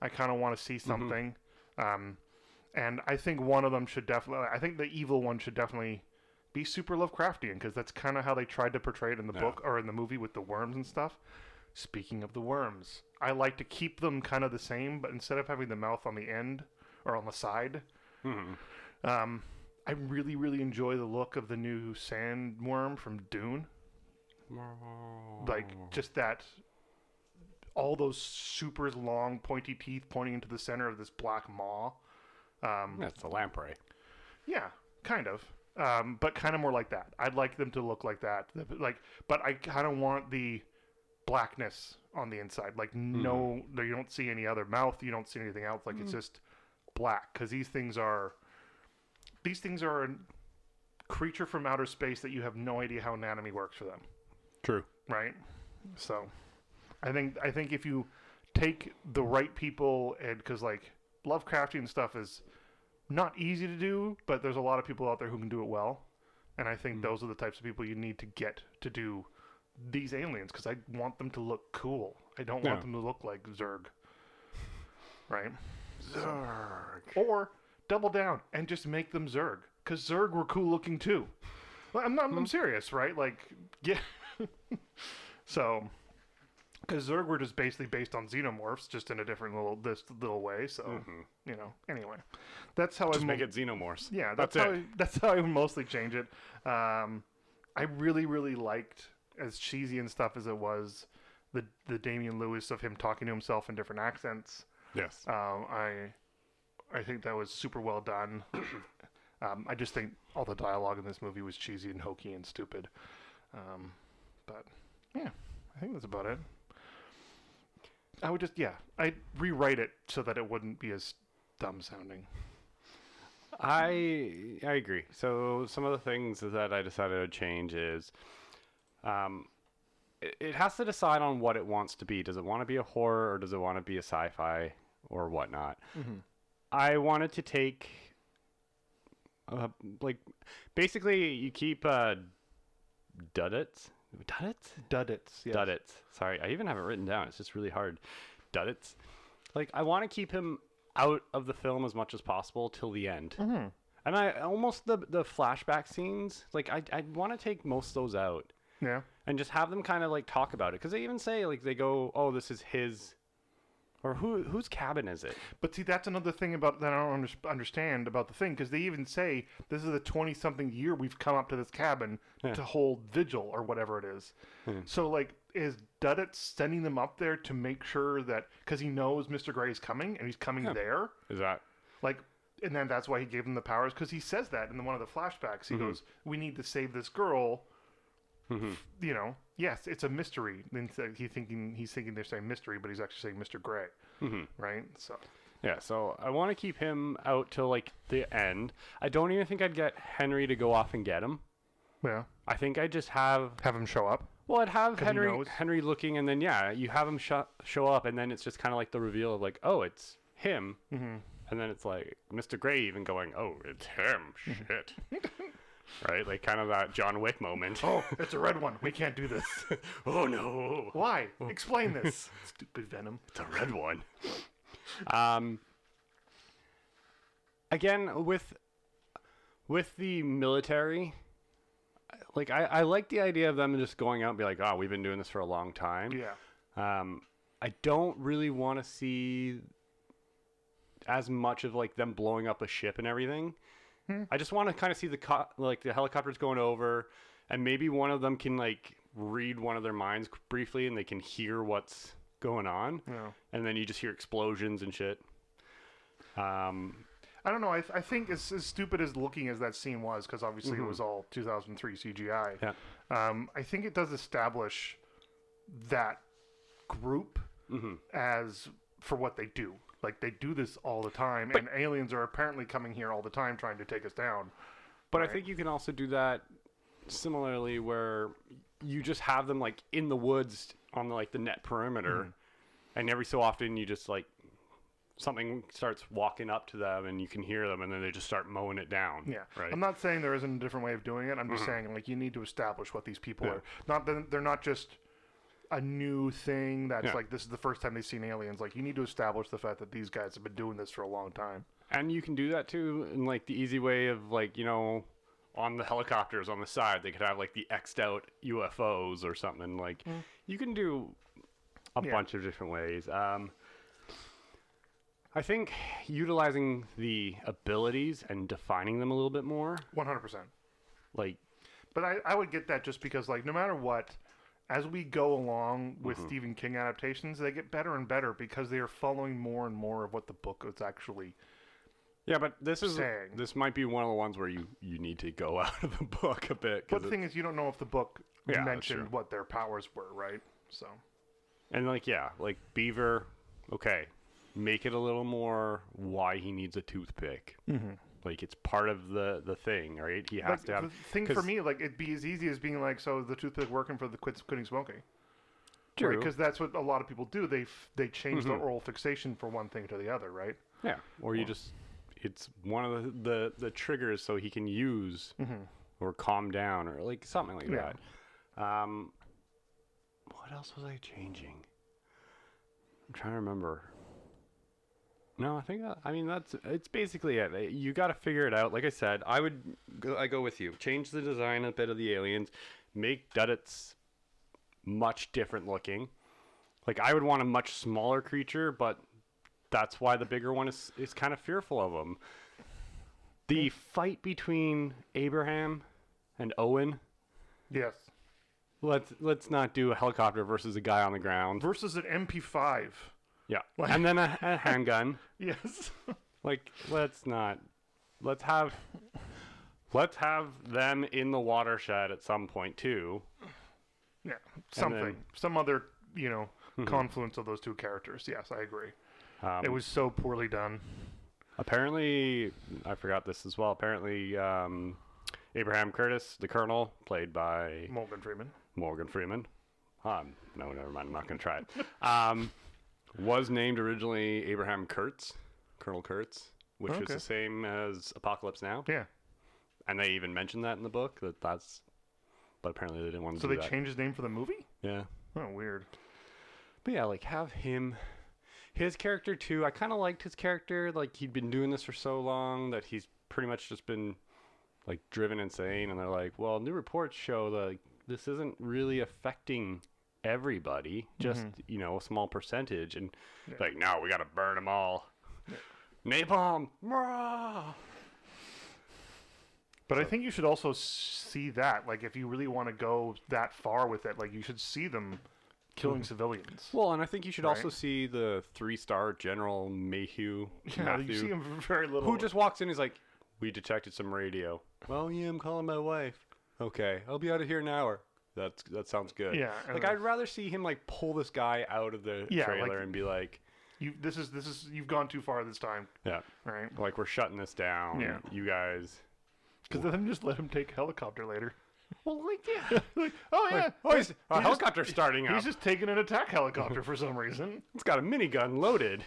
Speaker 2: I kind of want to see something. Um, and I think one of them should definitely. I think the evil one should definitely be super Lovecraftian because that's kind of how they tried to portray it in the book or in the movie with the worms and stuff. Speaking of the worms, I like to keep them kind of the same, but instead of having the mouth on the end or on the side, um, I really, really enjoy the look of the new sandworm from Dune like just that all those super long pointy teeth pointing into the center of this black maw um
Speaker 1: That's a lamprey.
Speaker 2: yeah kind of um but kind of more like that i'd like them to look like that like but i kind of want the blackness on the inside like no no you don't see any other mouth you don't see anything else like it's just black because these things are these things are a creature from outer space that you have no idea how anatomy works for them
Speaker 1: True.
Speaker 2: right? So, I think I think if you take the right people and because like Lovecraftian stuff is not easy to do, but there's a
Speaker 1: Mm.
Speaker 2: lot of people out there who can do it well, and I think those are the types of people you need to get to do these aliens because I want them to look cool. I don't want
Speaker 1: Yeah.
Speaker 2: them to look like Zerg. Right?
Speaker 1: Zerg.
Speaker 2: Or double down and just make them Zerg because Zerg were cool looking too. Like, I'm
Speaker 1: Mm-hmm.
Speaker 2: not. I'm serious, right? Like, yeah. so, because Zerg were just basically based on xenomorphs, just in a different little this little way. So, you know. Anyway, that's how
Speaker 1: Just
Speaker 2: I
Speaker 1: Mm-hmm. make
Speaker 2: mo-
Speaker 1: it xenomorphs.
Speaker 2: Yeah, that's,
Speaker 1: That's
Speaker 2: how
Speaker 1: it.
Speaker 2: I, that's how I mostly change it. Um, I really, really liked as cheesy and stuff as it was the the Damian Lewis of him talking to himself in different accents.
Speaker 1: Yes.
Speaker 2: Um, I I think that was super well done. um, I just think all the dialogue in this movie was cheesy and hokey and stupid. Um, but yeah, I think that's about it. I would just yeah, I'd rewrite it so that it wouldn't be as dumb sounding.
Speaker 1: I I agree. So some of the things that I decided to change is, um, it, it has to decide on what it wants to be. Does it want to be a horror or does it want to be a sci-fi or whatnot? I wanted to take, uh, like, basically you keep uh, duddits, duddits,
Speaker 2: Duddits, yes.
Speaker 1: Duddits. Sorry, I even have it written down. It's just really hard. Duddits. Like I want to keep him out of the film as much as possible till the end. And I almost the the flashback scenes. Like I I want to take most of those out
Speaker 2: Yeah.
Speaker 1: and just have them kind of like talk about it because they even say like they go, oh, this is his. Or who whose cabin is it?
Speaker 2: But see, that's another thing about that I don't under, understand about the thing because they even say this is the twenty-something year we've come up to this cabin to hold vigil or whatever it is. So, like, is Duddit sending them up there to make sure that because he knows Mister Gray's coming and he's coming there,
Speaker 1: Is that
Speaker 2: like, and then that's why he gave them the powers because he says that in one of the flashbacks. He goes, "We need to save this girl." You know, yes, it's a mystery. Then he thinking he's thinking they're saying mystery, but he's actually saying Mister Gray, right? So.
Speaker 1: Yeah, so I want to keep him out till like the end. I don't even think I'd get Henry to go off and get him.
Speaker 2: Yeah.
Speaker 1: I think I just have
Speaker 2: Have him show up.
Speaker 1: Well, I'd have
Speaker 2: he
Speaker 1: Henry
Speaker 2: knows.
Speaker 1: Henry looking, and then yeah, you have him sho- show up, and then it's just kind of like the reveal of like, oh, it's him, mm-hmm. and then it's like Mr. Gray even going, oh, it's him, shit, right? Like kind of that John Wick moment. Oh,
Speaker 2: It's a red one. We can't do this.
Speaker 1: oh no,
Speaker 2: Why? Explain this. Stupid Venom.
Speaker 1: it's a red one. um, again with with the military. Like I, I like the idea of them just going out and be like, oh, we've been doing this for a long time.
Speaker 2: Yeah.
Speaker 1: Um, I don't really want to see as much of like them blowing up a ship and everything. I just want to kind of see the co- like the helicopters going over, and maybe one of them can like read one of their minds qu- briefly, and they can hear what's going on,
Speaker 2: Yeah.
Speaker 1: and then you just hear explosions and shit. Um,
Speaker 2: I don't know. I, I think as, as stupid as looking as that scene was, because obviously it was all 2003 CGI.
Speaker 1: yeah,
Speaker 2: Um, I think it does establish that group as for what they do. Like they do this all the time, and aliens are apparently coming here all the time trying to take us down.
Speaker 1: but I think you can also do that similarly where you just have them like in the woods on like the net perimeter and every so often you just like something starts walking up to them and you can hear them and then they just start mowing it down
Speaker 2: Yeah,
Speaker 1: right Mm-hmm.
Speaker 2: I'm not saying there isn't a different way of doing it. I'm just saying like you need to establish what these people are. Not that they're not just a new thing that's
Speaker 1: Yeah.
Speaker 2: like this is the first time they've seen aliens. Like you need to establish the fact that these guys have been doing this for a long time.
Speaker 1: and you can do that too in like the easy way of like you know on the helicopters on the side they could have like the xed out ufos or something like you can do a
Speaker 2: Hmm. Yeah.
Speaker 1: bunch of different ways um I think utilizing the abilities and defining them a little bit more,
Speaker 2: 100. percent
Speaker 1: like
Speaker 2: But I, I would get that just because like no matter what, as we go along with
Speaker 1: Mm-hmm.
Speaker 2: Stephen King adaptations, they get better and better because they are following more and more of what the book is actually.
Speaker 1: Yeah, but this is
Speaker 2: saying.
Speaker 1: this might be one of the ones where you you need to go out of the book a bit. 'cause
Speaker 2: But the
Speaker 1: it-
Speaker 2: thing is, you don't know if the book
Speaker 1: Yeah, that's
Speaker 2: mentioned
Speaker 1: true.
Speaker 2: what their powers were, right? So
Speaker 1: and like yeah, like Beaver, okay, make it a little more why he needs a toothpick. Mm-hmm. Like it's part of the the thing, right? He has
Speaker 2: But
Speaker 1: to have.
Speaker 2: the thing for
Speaker 1: 'cause-
Speaker 2: me, like it'd be as easy as being like, so is the toothpick working for the quit quitting smoking?
Speaker 1: True. Mm-hmm.
Speaker 2: Because that's what a lot of people do. They f- they change their oral fixation for one thing to the other, right?
Speaker 1: yeah, or you just it's one of the the, the triggers so he can use or calm down or like something like
Speaker 2: Yeah.
Speaker 1: that. Um, What else was I changing? I'm trying to remember. No, I think that, I mean that's it's basically it. Uh, You got to figure it out. Like I said, I would go, I go with you. Change the design a bit of the aliens, make Duddits much different looking. Like I would want a much smaller creature, but that's why the bigger one is is kind of fearful of them. The fight between Abraham and Owen.
Speaker 2: Yes.
Speaker 1: Let's let's not do a helicopter versus a guy on the ground.
Speaker 2: Versus an MP5.
Speaker 1: Yeah, and then a, a handgun.
Speaker 2: Yes.
Speaker 1: Like, let's not. Let's have. Let's have them in the watershed at some point too.
Speaker 2: yeah. Something.
Speaker 1: then- Mm-hmm.
Speaker 2: Some other, you know, confluence of those two characters. Yes, I agree.
Speaker 1: Um,
Speaker 2: It was so poorly done.
Speaker 1: apparently, I forgot this as well. Apparently, um, Abraham Curtis, the Colonel, played by
Speaker 2: Morgan Freeman.
Speaker 1: Morgan Freeman. Um, no, never mind. I'm not going to try it. Um, was named originally Abraham Kurtz, Colonel Kurtz, which is
Speaker 2: Okay.
Speaker 1: the same as Apocalypse Now.
Speaker 2: Yeah.
Speaker 1: and they even mentioned that in the book that that's but apparently they didn't want to
Speaker 2: So
Speaker 1: do
Speaker 2: they
Speaker 1: that.
Speaker 2: changed his name for the movie?
Speaker 1: yeah
Speaker 2: Oh, weird.
Speaker 1: but yeah like have him his character too i kind of liked his character like he'd been doing this for so long that he's pretty much just been like driven insane and they're like well new reports show that this isn't really affecting everybody just
Speaker 2: Mm-hmm.
Speaker 1: you know a small percentage and like no we gotta burn them all napalm rah!
Speaker 2: But I think you should also see that. Like, if you really want to go that far with it, like, you should see them killing civilians.
Speaker 1: Well, and I think you should also
Speaker 2: Right.
Speaker 1: see the three-star General Mayhew,
Speaker 2: Yeah, you
Speaker 1: Matthew,
Speaker 2: see them very little.
Speaker 1: who just walks in. He's like, "We detected some radio." Well, yeah, I'm calling my wife. Okay, I'll be out of here in an hour. That's that sounds good.
Speaker 2: Yeah,
Speaker 1: like
Speaker 2: uh,
Speaker 1: I'd rather see him like pull this guy out of the
Speaker 2: Yeah,
Speaker 1: trailer
Speaker 2: like-
Speaker 1: and be like,
Speaker 2: You, this is this is you've gone too far this time,
Speaker 1: "Yeah,
Speaker 2: right?
Speaker 1: like we're shutting this down.
Speaker 2: Yeah.
Speaker 1: you guys."
Speaker 2: Because then just let him take a helicopter later.
Speaker 1: Well, like yeah.
Speaker 2: Like, oh yeah,
Speaker 1: oh, he's, a
Speaker 2: he's just-
Speaker 1: helicopter starting up.
Speaker 2: he's just taking an attack helicopter for some reason,
Speaker 1: it's got a minigun loaded.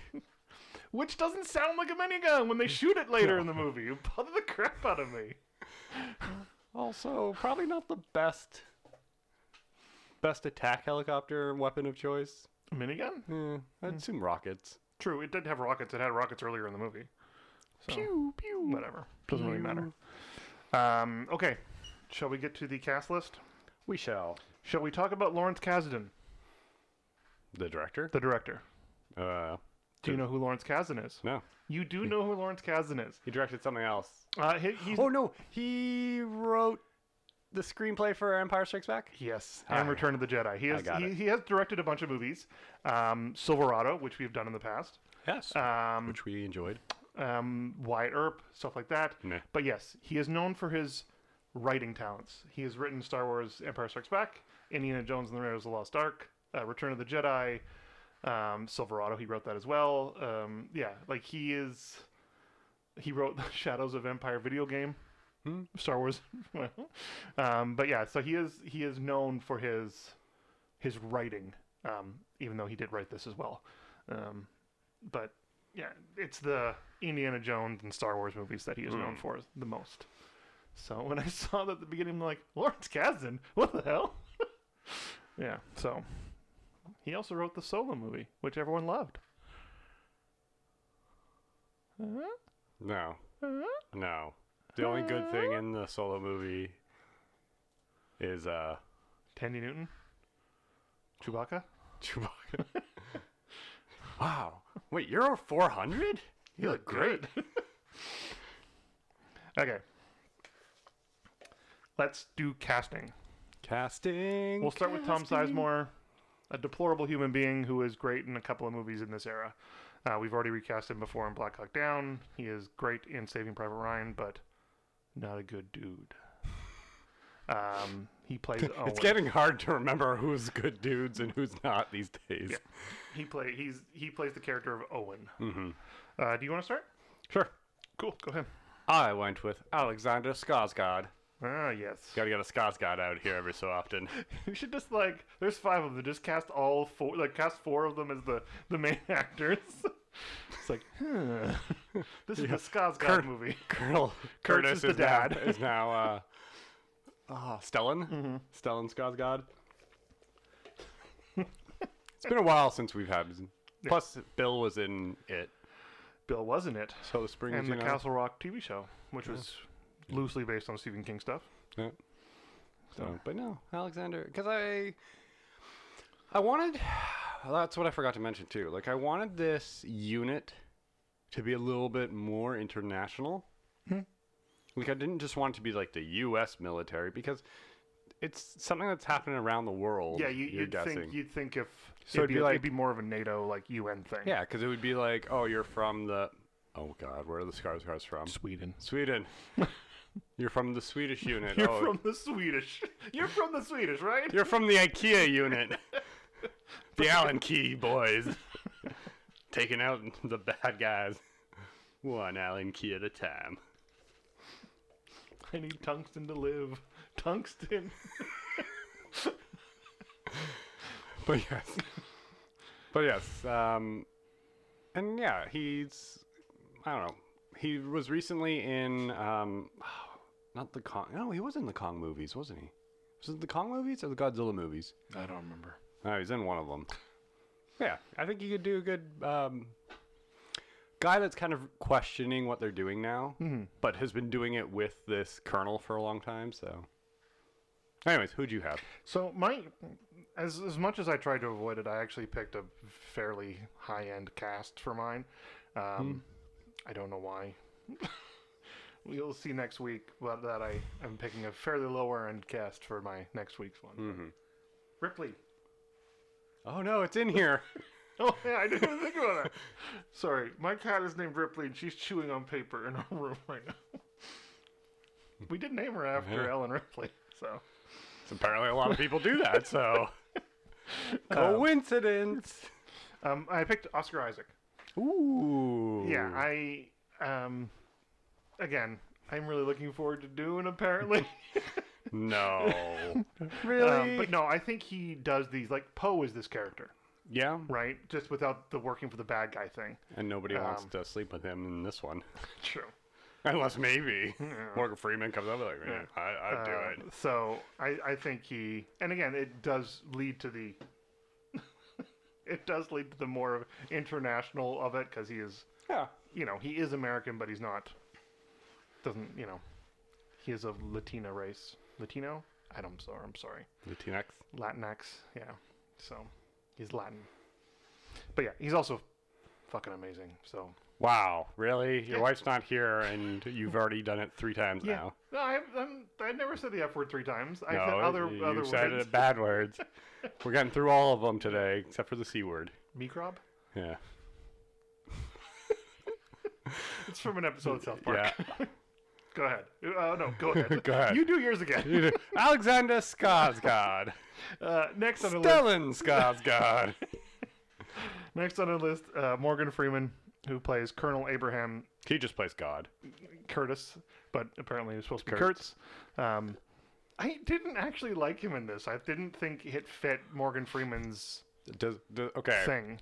Speaker 2: which doesn't sound like a minigun when they shoot it later in the movie. You bother the crap out of me.
Speaker 1: Also, probably not the best best attack helicopter weapon of choice. Hmm.
Speaker 2: A minigun?
Speaker 1: Yeah, I'd assume rockets.
Speaker 2: True, it did have rockets. It had rockets earlier in the movie. So,
Speaker 1: Pew pew.
Speaker 2: whatever, doesn't really matter. Um, okay, shall we get to the cast list?
Speaker 1: We shall.
Speaker 2: Shall we talk about Lawrence Kasdan,
Speaker 1: The director?
Speaker 2: the director?
Speaker 1: Uh,
Speaker 2: Do you know who Lawrence Kasdan is?
Speaker 1: no.
Speaker 2: You do know who Lawrence Kasdan is.
Speaker 1: He directed something else.
Speaker 2: Uh, he, he's
Speaker 1: Oh no, he wrote the screenplay for Empire Strikes Back.
Speaker 2: Yes,
Speaker 1: All
Speaker 2: and
Speaker 1: right.
Speaker 2: Return of the Jedi. He has
Speaker 1: got
Speaker 2: he,
Speaker 1: it.
Speaker 2: he has directed a bunch of movies, um, Silverado, which we've done in the past,
Speaker 1: Yes.
Speaker 2: um,
Speaker 1: which we enjoyed.
Speaker 2: um, Wyatt Earp, stuff like that.
Speaker 1: Meh.
Speaker 2: But yes, he is known for his writing talents. He has written Star Wars: Empire Strikes Back, Indiana Jones and the Raiders of the Lost Ark, uh, Return of the Jedi, um, Silverado. He wrote that as well. Um, yeah, like he is. He wrote the Shadows of Empire video game,
Speaker 1: Hmm.
Speaker 2: Star Wars. um, but yeah, so he is he is known for his his writing, um, even though he did write this as well. Um, but yeah, it's the Indiana Jones and Star Wars movies that he is known for the most. So when I saw that at the beginning, I'm like, Lawrence Kasdan, what the hell? yeah, so he also wrote the Solo movie, which everyone loved. Uh-huh,
Speaker 1: No,
Speaker 2: uh-huh.
Speaker 1: no. The only good thing in the solo movie is uh
Speaker 2: Tandy Newton, Chewbacca.
Speaker 1: Chewbacca. wow. Wait, you're a 400? You look great.
Speaker 2: Okay, let's do casting.
Speaker 1: Casting.
Speaker 2: We'll start with Tom Sizemore, a deplorable human being who is great in a couple of movies in this era. Uh, we've already recast him before in Black Hawk Down. He is great in Saving Private Ryan, but not a good dude. Um, he plays Owen.
Speaker 1: It's getting hard to remember who's good dudes and who's not these days.
Speaker 2: he play he's he plays the character of Owen. Uh, do you want to start?
Speaker 1: Sure.
Speaker 2: Cool, go ahead.
Speaker 1: I went with Alexander Skarsgård.
Speaker 2: Ah, yes.
Speaker 1: Gotta get a Skarsgård out here every so often.
Speaker 2: We should just like there's five of them. Just cast all four. Like cast four of them as the the main actors. it's like, huh. this is the Skarsgård
Speaker 1: Kurt-
Speaker 2: movie.
Speaker 1: Colonel
Speaker 2: Kurtz
Speaker 1: Curtis
Speaker 2: is the
Speaker 1: is, now-
Speaker 2: dad. mm-hmm.
Speaker 1: is now, uh, ah, Stellan? Stellan Skarsgård. It's been a while since we've had. Plus, Bill was in it,
Speaker 2: Bill wasn't it?
Speaker 1: so Springs
Speaker 2: and the
Speaker 1: United.
Speaker 2: Castle Rock TV show, which was loosely based on Stephen King stuff.
Speaker 1: Yeah. So, but no, Alexander, because I, I wanted. That's what I forgot to mention too. Like I wanted this unit to be a little bit more international.
Speaker 2: Hmm.
Speaker 1: Like I didn't just want it to be like the U.S. military because it's something that's happening around the world.
Speaker 2: Yeah, you,
Speaker 1: Oh, you're
Speaker 2: you'd
Speaker 1: guessing.
Speaker 2: think you'd think if
Speaker 1: So
Speaker 2: it'd,
Speaker 1: it'd
Speaker 2: be,
Speaker 1: be like-
Speaker 2: it'd be more of a NATO like UN thing.
Speaker 1: yeah, because it would be like, oh, you're from the. Oh God, where are the Skarsgårds from?
Speaker 2: Sweden.
Speaker 1: Sweden. you're from the Swedish unit.
Speaker 2: You're
Speaker 1: oh,
Speaker 2: from the Swedish. You're from the Swedish, right?
Speaker 1: You're from the IKEA unit. the Allen Key boys. Taking out the bad guys. One Allen Key at a time.
Speaker 2: I need tungsten to live. Tungsten.
Speaker 1: But yes. But yes. Um, and yeah, he's. I don't know. He was recently in. Um, not the Kong. No, he was in the Kong movies, wasn't he? Was it the Kong movies or the Godzilla movies?
Speaker 2: I don't remember.
Speaker 1: Oh, he's in one of them. Yeah, I think you could do a good um, guy that's kind of questioning what they're doing now, but has been doing it with this colonel for a long time. So, anyways, who'd you have?
Speaker 2: So my, as as much as I tried to avoid it, I actually picked a fairly high end cast for mine. Um, I don't know why. You'll see next week, but that I am picking a fairly lower end cast for my next week's one. Ripley.
Speaker 1: Oh no, it's in here.
Speaker 2: Oh yeah, I didn't even think about that. Sorry, my cat is named Ripley, and she's chewing on paper in our room right now. We did name her after
Speaker 1: Yeah.
Speaker 2: Ellen Ripley, so
Speaker 1: apparently, a lot of people do that. So, Um, coincidence.
Speaker 2: um, I picked Oscar Isaac.
Speaker 1: Ooh.
Speaker 2: Yeah, I um again, I'm really looking forward to Dune apparently.
Speaker 1: no. really?
Speaker 2: um, but no, I think he does these like Poe is this character,
Speaker 1: Yeah,
Speaker 2: right? Just without the working for the bad guy thing.
Speaker 1: and nobody wants
Speaker 2: Um,
Speaker 1: to sleep with him in this one,
Speaker 2: True.
Speaker 1: unless maybe Morgan Freeman comes up and like, man, I, I'd do it.
Speaker 2: Uh, So I, I think he and again it does lead to the it does lead to the more international of it because he is
Speaker 1: Yeah.
Speaker 2: you know he is American but he's not doesn't you know he is of Latina race Latino I don't sorry I'm sorry
Speaker 1: Latinx.
Speaker 2: Latinx, yeah. So he's Latin. But yeah, he's also fucking amazing. So
Speaker 1: Wow, really? Your
Speaker 2: Yeah.
Speaker 1: wife's not here, and you've already done it three times
Speaker 2: yeah,
Speaker 1: now.
Speaker 2: no, I, I'm, I never said the F word three times. I
Speaker 1: No,
Speaker 2: said other
Speaker 1: you
Speaker 2: other
Speaker 1: said
Speaker 2: words.
Speaker 1: it bad words. We're getting through all of them today, except for the c word.
Speaker 2: Microb.
Speaker 1: Yeah,
Speaker 2: It's from an episode of South Park.
Speaker 1: yeah.
Speaker 2: Go ahead. Uh, no, go ahead.
Speaker 1: Go ahead.
Speaker 2: You do yours again.
Speaker 1: Alexander Skarsgård,
Speaker 2: Uh, next on the list.
Speaker 1: Stellan Skarsgård.
Speaker 2: Next on the list, uh, Morgan Freeman, who plays Colonel Abraham
Speaker 1: he just plays God.
Speaker 2: Curtis, but apparently he's supposed to be
Speaker 1: Kurtz.
Speaker 2: Kurtz. Um, I didn't actually like him in this. I didn't think it fit Morgan Freeman's
Speaker 1: Does, does okay?
Speaker 2: thing.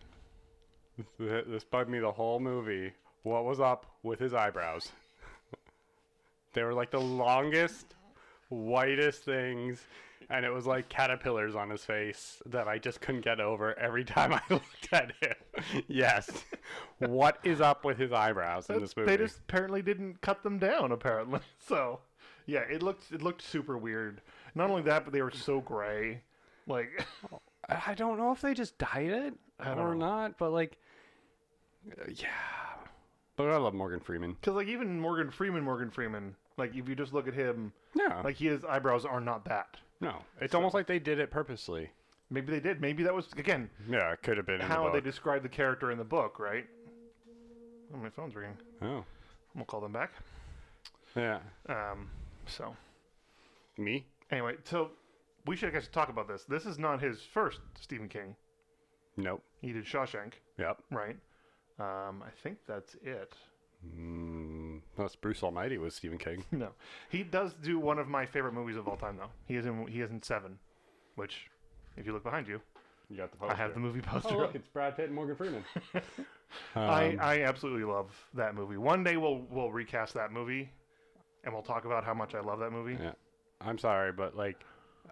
Speaker 1: Th- This bugged me the whole movie. What was up with his eyebrows? they were like the longest, whitest things, and it was like caterpillars on his face that I just couldn't get over every time I looked at him. yes. what is up with his eyebrows in this movie?
Speaker 2: They just apparently didn't cut them down. Apparently, so yeah, it looked it looked super weird. Not only that, but they were so gray. Like,
Speaker 1: I I don't know if they just dyed it
Speaker 2: don't
Speaker 1: or not, but like, uh, yeah. But I love Morgan Freeman.
Speaker 2: because like even Morgan Freeman, Morgan Freeman, like if you just look at him,
Speaker 1: No,
Speaker 2: like his eyebrows are not that.
Speaker 1: no. It's almost like they did it purposely.
Speaker 2: Maybe they did. Maybe that was again
Speaker 1: Yeah, it could have been.
Speaker 2: how
Speaker 1: in
Speaker 2: they
Speaker 1: the book.
Speaker 2: describe the character in the book, right? Oh, my phone's ringing.
Speaker 1: Oh,
Speaker 2: We'll call them back.
Speaker 1: yeah.
Speaker 2: Um, so
Speaker 1: Me?
Speaker 2: anyway, so we should actually talk about this. This is not his first Stephen King.
Speaker 1: Nope.
Speaker 2: He did Shawshank.
Speaker 1: Yep.
Speaker 2: Right. Um, I think that's it.
Speaker 1: Mm, that's Bruce Almighty was Stephen King.
Speaker 2: No, he does do one of my favorite movies of all time, though. He is in he is in Seven, which, if you look behind you,
Speaker 1: You got the Oh,
Speaker 2: I have the movie poster. up.
Speaker 1: it's Brad Pitt and Morgan Freeman. Um,
Speaker 2: I, I absolutely love that movie. One day we'll we'll recast that movie, and we'll talk about how much I love that movie.
Speaker 1: yeah. I'm sorry, but like,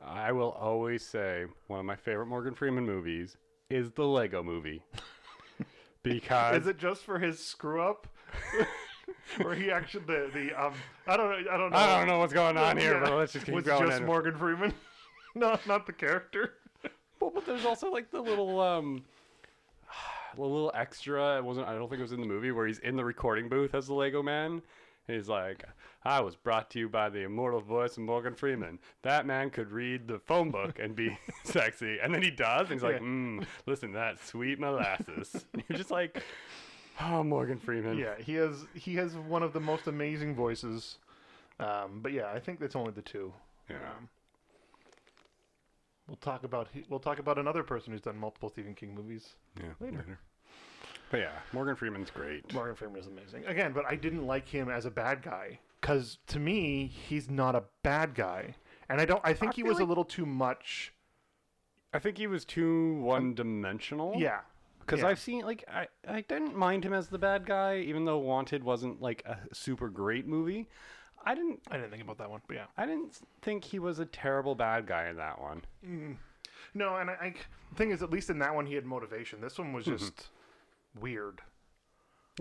Speaker 1: I will always say one of my favorite Morgan Freeman movies is the Lego movie. because
Speaker 2: Is it just for his screw up? Where he actually the the um I don't know I don't know
Speaker 1: I don't know what's going on here,
Speaker 2: Yeah.
Speaker 1: but let's just keep
Speaker 2: was
Speaker 1: going.
Speaker 2: just
Speaker 1: and-
Speaker 2: Morgan Freeman, not not the character.
Speaker 1: Well, but there's also like the little um the little extra. It wasn't. I don't think it was in the movie where he's in the recording booth as the Lego Man. And he's like, I was brought to you by the immortal voice of Morgan Freeman. That man could read the phone book and be sexy. And then he does. And he's like,
Speaker 2: Yeah.
Speaker 1: mm, listen, to that sweet molasses. You're just like, oh, Morgan Freeman.
Speaker 2: Yeah, he has he has one of the most amazing voices. Um, but yeah, I think that's only the two.
Speaker 1: Yeah.
Speaker 2: Um, we'll talk about he- we'll talk about another person who's done multiple Stephen King movies.
Speaker 1: Yeah, Later. But yeah, Morgan Freeman's great.
Speaker 2: Morgan Freeman is amazing again, but I didn't like him as a bad guy because to me he's not a bad guy, and I don't. I think
Speaker 1: I
Speaker 2: he
Speaker 1: feel
Speaker 2: was a
Speaker 1: like-
Speaker 2: little too much.
Speaker 1: I think he was too one dimensional.
Speaker 2: Yeah,
Speaker 1: because
Speaker 2: Yeah.
Speaker 1: I've seen like I I didn't mind him as the bad guy, even though Wanted wasn't like a super great movie. I didn't
Speaker 2: I didn't think about that one, but yeah.
Speaker 1: I didn't think he was a terrible bad guy in that one.
Speaker 2: No, and I, I the thing is, at least in that one he had motivation. This one was just weird.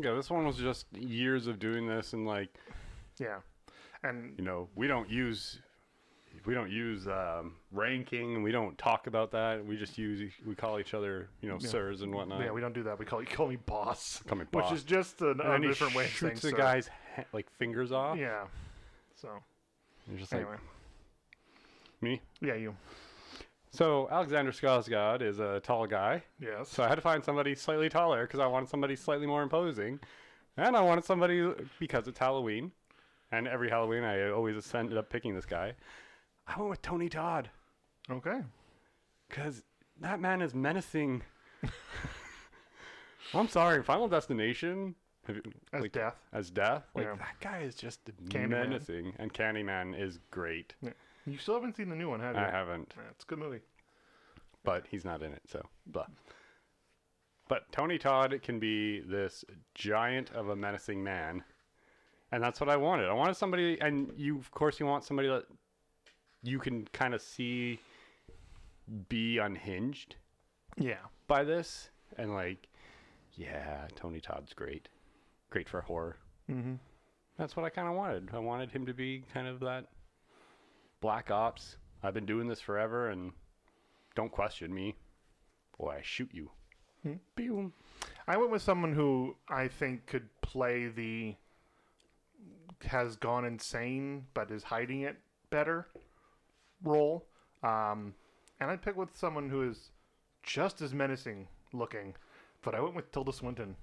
Speaker 1: Yeah, this one was just years of doing this and like
Speaker 2: Yeah, and
Speaker 1: you know we don't use we don't use um, ranking and we don't talk about that. We just use we call each other you know sirs and whatnot.
Speaker 2: yeah, we don't do that. We call you call me boss,
Speaker 1: Call me boss.
Speaker 2: which is just an,
Speaker 1: and
Speaker 2: a
Speaker 1: then he
Speaker 2: different way of saying
Speaker 1: shoots the
Speaker 2: sir.
Speaker 1: guy's he- like fingers off.
Speaker 2: Yeah. So
Speaker 1: You're just
Speaker 2: anyway,
Speaker 1: like me.
Speaker 2: yeah, you.
Speaker 1: So Alexander Skarsgård is a tall guy.
Speaker 2: Yes.
Speaker 1: So I had to find somebody slightly taller because I wanted somebody slightly more imposing. And I wanted somebody because it's Halloween. And every Halloween, I always ended up picking this guy. I went with Tony Todd
Speaker 2: okay.
Speaker 1: because that man is menacing. I'm sorry, Final Destination have you-
Speaker 2: As
Speaker 1: like,
Speaker 2: death.
Speaker 1: as death. Like
Speaker 2: Yeah.
Speaker 1: that guy is just
Speaker 2: Candyman.
Speaker 1: menacing, and Candyman is great.
Speaker 2: Yeah. You still haven't seen the new one, have you?
Speaker 1: I haven't,
Speaker 2: Yeah, it's a good movie.
Speaker 1: but he's not in it, so blah. But Tony Todd can be this giant of a menacing man, and that's what I wanted. I wanted somebody, and you, of course, you want somebody that you can kind of see be unhinged
Speaker 2: Yeah.
Speaker 1: by this, and like, yeah, Tony Todd's great, great for horror.
Speaker 2: Mm-hmm.
Speaker 1: That's what I kind of wanted. I wanted him to be kind of that Black Ops. I've been doing this forever, and don't question me. Boy, I shoot you. Boom.
Speaker 2: I went with someone who I think could play the has gone insane but is hiding it better role. Um, and I picked with someone who is just as menacing looking, but I went with Tilda Swinton.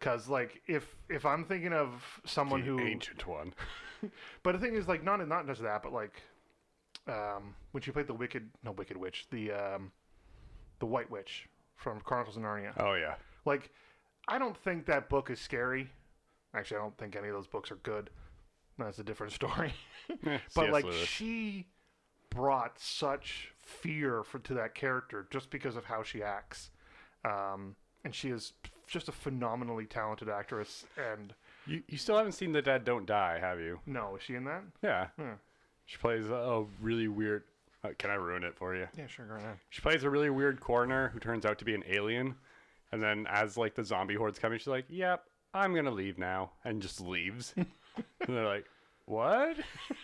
Speaker 2: Cause like if if I'm thinking of someone who,
Speaker 1: ancient one.
Speaker 2: but the thing is like not not just that, but like um, when she played the Wicked, no Wicked Witch, the um, the White Witch from Chronicles of Narnia.
Speaker 1: Oh yeah.
Speaker 2: Like, I don't think that book is scary. Actually, I don't think any of those books are good. That's a different story. but like, she brought such fear for, to that character just because of how she acts, um, and she is just a phenomenally talented actress. And
Speaker 1: you, you still haven't seen The Dead Don't Die, have you?
Speaker 2: no, is she in that?
Speaker 1: Yeah.
Speaker 2: Yeah.
Speaker 1: She plays a, a really weird. Uh, can I ruin it for you?
Speaker 2: Yeah, sure, go ahead.
Speaker 1: She plays a really weird coroner who turns out to be an alien, and then as like the zombie horde's coming, she's like, "Yep, I'm gonna leave now," and just leaves. and they're like, "What?"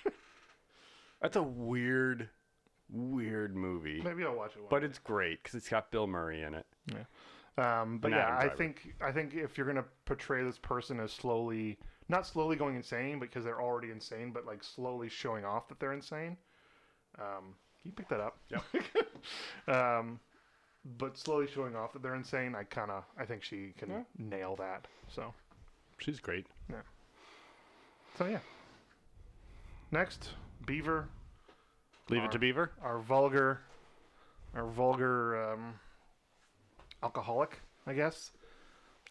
Speaker 1: That's a weird, weird movie,
Speaker 2: Maybe I'll watch it. One
Speaker 1: but it's great because it's got Bill Murray in it.
Speaker 2: Um, but
Speaker 1: An
Speaker 2: yeah,
Speaker 1: Adam
Speaker 2: I
Speaker 1: Driver.
Speaker 2: think I think if you're gonna portray this person as slowly, not slowly going insane because they're already insane, but like slowly showing off that they're insane. Um, you pick that up. um, but slowly showing off that they're insane, I kind of I think she can
Speaker 1: Yeah.
Speaker 2: nail that. So
Speaker 1: She's great.
Speaker 2: so yeah. Next, Beaver,
Speaker 1: Leave
Speaker 2: Are-
Speaker 1: it to Beaver.
Speaker 2: our vulgar, our vulgar um, alcoholic, I guess,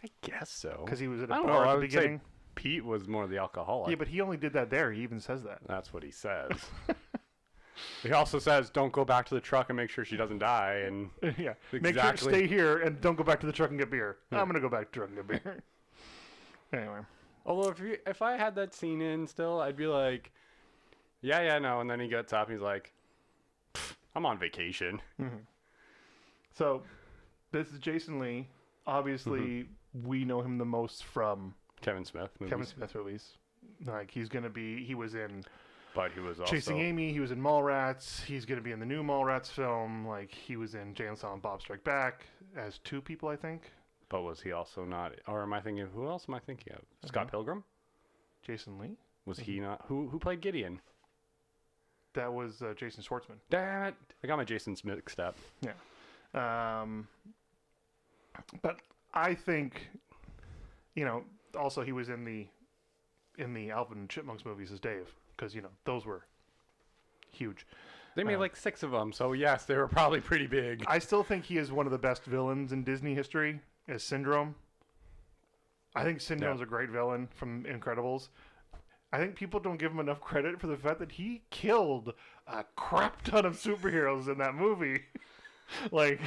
Speaker 1: I guess so.
Speaker 2: because he was at a
Speaker 1: I don't know,
Speaker 2: bar at
Speaker 1: I
Speaker 2: the
Speaker 1: would say
Speaker 2: beginning.
Speaker 1: Pete was more the alcoholic.
Speaker 2: Yeah, but he only did that there. He even says that.
Speaker 1: That's what he says. he also says, "Don't go back to the truck and make sure she doesn't die." And
Speaker 2: yeah. Make sure
Speaker 1: Exactly.
Speaker 2: stay here and don't go back to the truck and get beer. I'm gonna go back to the truck and get beer. anyway.
Speaker 1: Although if you, if I had that scene in still, I'd be like, yeah, yeah, no. And then he gets up and he's like, "Pfft, I'm on vacation.
Speaker 2: So This is Jason Lee. Obviously, we know him the most from
Speaker 1: Kevin Smith Mm-hmm. movies.
Speaker 2: Kevin Smith movies. Like he's gonna be, he was in
Speaker 1: But he was also
Speaker 2: Chasing Amy. He was in Mallrats. He's gonna be in the new Mallrats film. Like he was in Jay and Silent Bob Strike Back as two people, I think.
Speaker 1: But was he also not? Or am I thinking? Who else am I thinking of? Scott Pilgrim?
Speaker 2: Jason Lee.
Speaker 1: Was
Speaker 2: Mm-hmm.
Speaker 1: he not? Who who played Gideon?
Speaker 2: That was uh, Jason Schwartzman.
Speaker 1: Damn it! I got my Jasons mixed up.
Speaker 2: Yeah. Um, but I think, you know, also he was in the in the Alvin and Chipmunks movies as Dave because you know those were huge.
Speaker 1: They
Speaker 2: Uh.
Speaker 1: made like six of them, so yes, they were probably pretty big.
Speaker 2: I still think he is one of the best villains in Disney history. Is Syndrome? I think Syndrome's a great villain from Incredibles. I think people don't give him enough credit for the fact that he killed a crap ton of superheroes in that movie. like,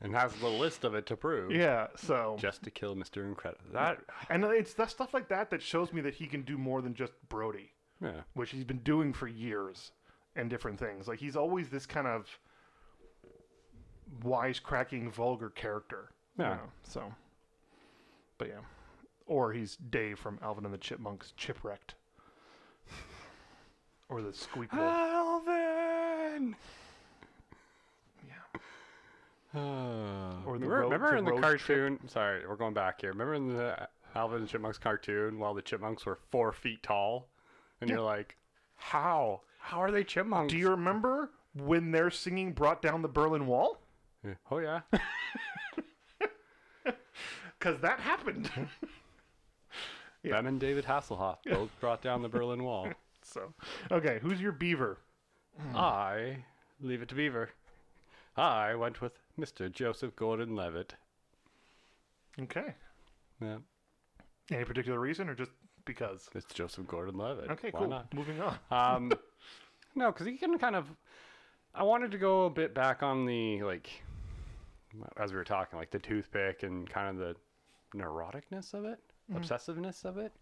Speaker 1: and has the list of it to prove.
Speaker 2: yeah, so
Speaker 1: Just to kill Mr. Incredible. That
Speaker 2: and it's that stuff like that that shows me that he can do more than just Brody,
Speaker 1: yeah.
Speaker 2: which he's been doing for years and different things. Like he's always this kind of wisecracking, vulgar character. you
Speaker 1: Yeah.
Speaker 2: know, So, but yeah, or he's Dave from Alvin and the Chipmunks, Chipwrecked, or the Squeak Wolf.
Speaker 1: Alvin.
Speaker 2: Yeah.
Speaker 1: or
Speaker 2: Or the
Speaker 1: remember,
Speaker 2: road-
Speaker 1: remember
Speaker 2: the
Speaker 1: in the
Speaker 2: road trip.
Speaker 1: cartoon? Sorry, we're going back here. Remember in the Alvin and the Chipmunks cartoon, while the chipmunks were four feet tall, and you're like, how? How are they chipmunks?
Speaker 2: Do you remember when their singing brought down the Berlin Wall?
Speaker 1: Yeah. Oh yeah.
Speaker 2: Because that happened. Yeah.
Speaker 1: Them and David Hasselhoff both brought down the Berlin Wall.
Speaker 2: so, okay, who's your beaver?
Speaker 1: I leave it to Beaver. I went with Mr. Joseph Gordon-Levitt.
Speaker 2: Okay.
Speaker 1: Yeah,
Speaker 2: Any particular reason or just because?
Speaker 1: it's Joseph Gordon-Levitt.
Speaker 2: Okay,
Speaker 1: Why
Speaker 2: cool.
Speaker 1: not?
Speaker 2: Moving on.
Speaker 1: Um, no, because he can kind of. I wanted to go a bit back on the like, as we were talking, like the toothpick and kind of the neuroticness of it, obsessiveness of it,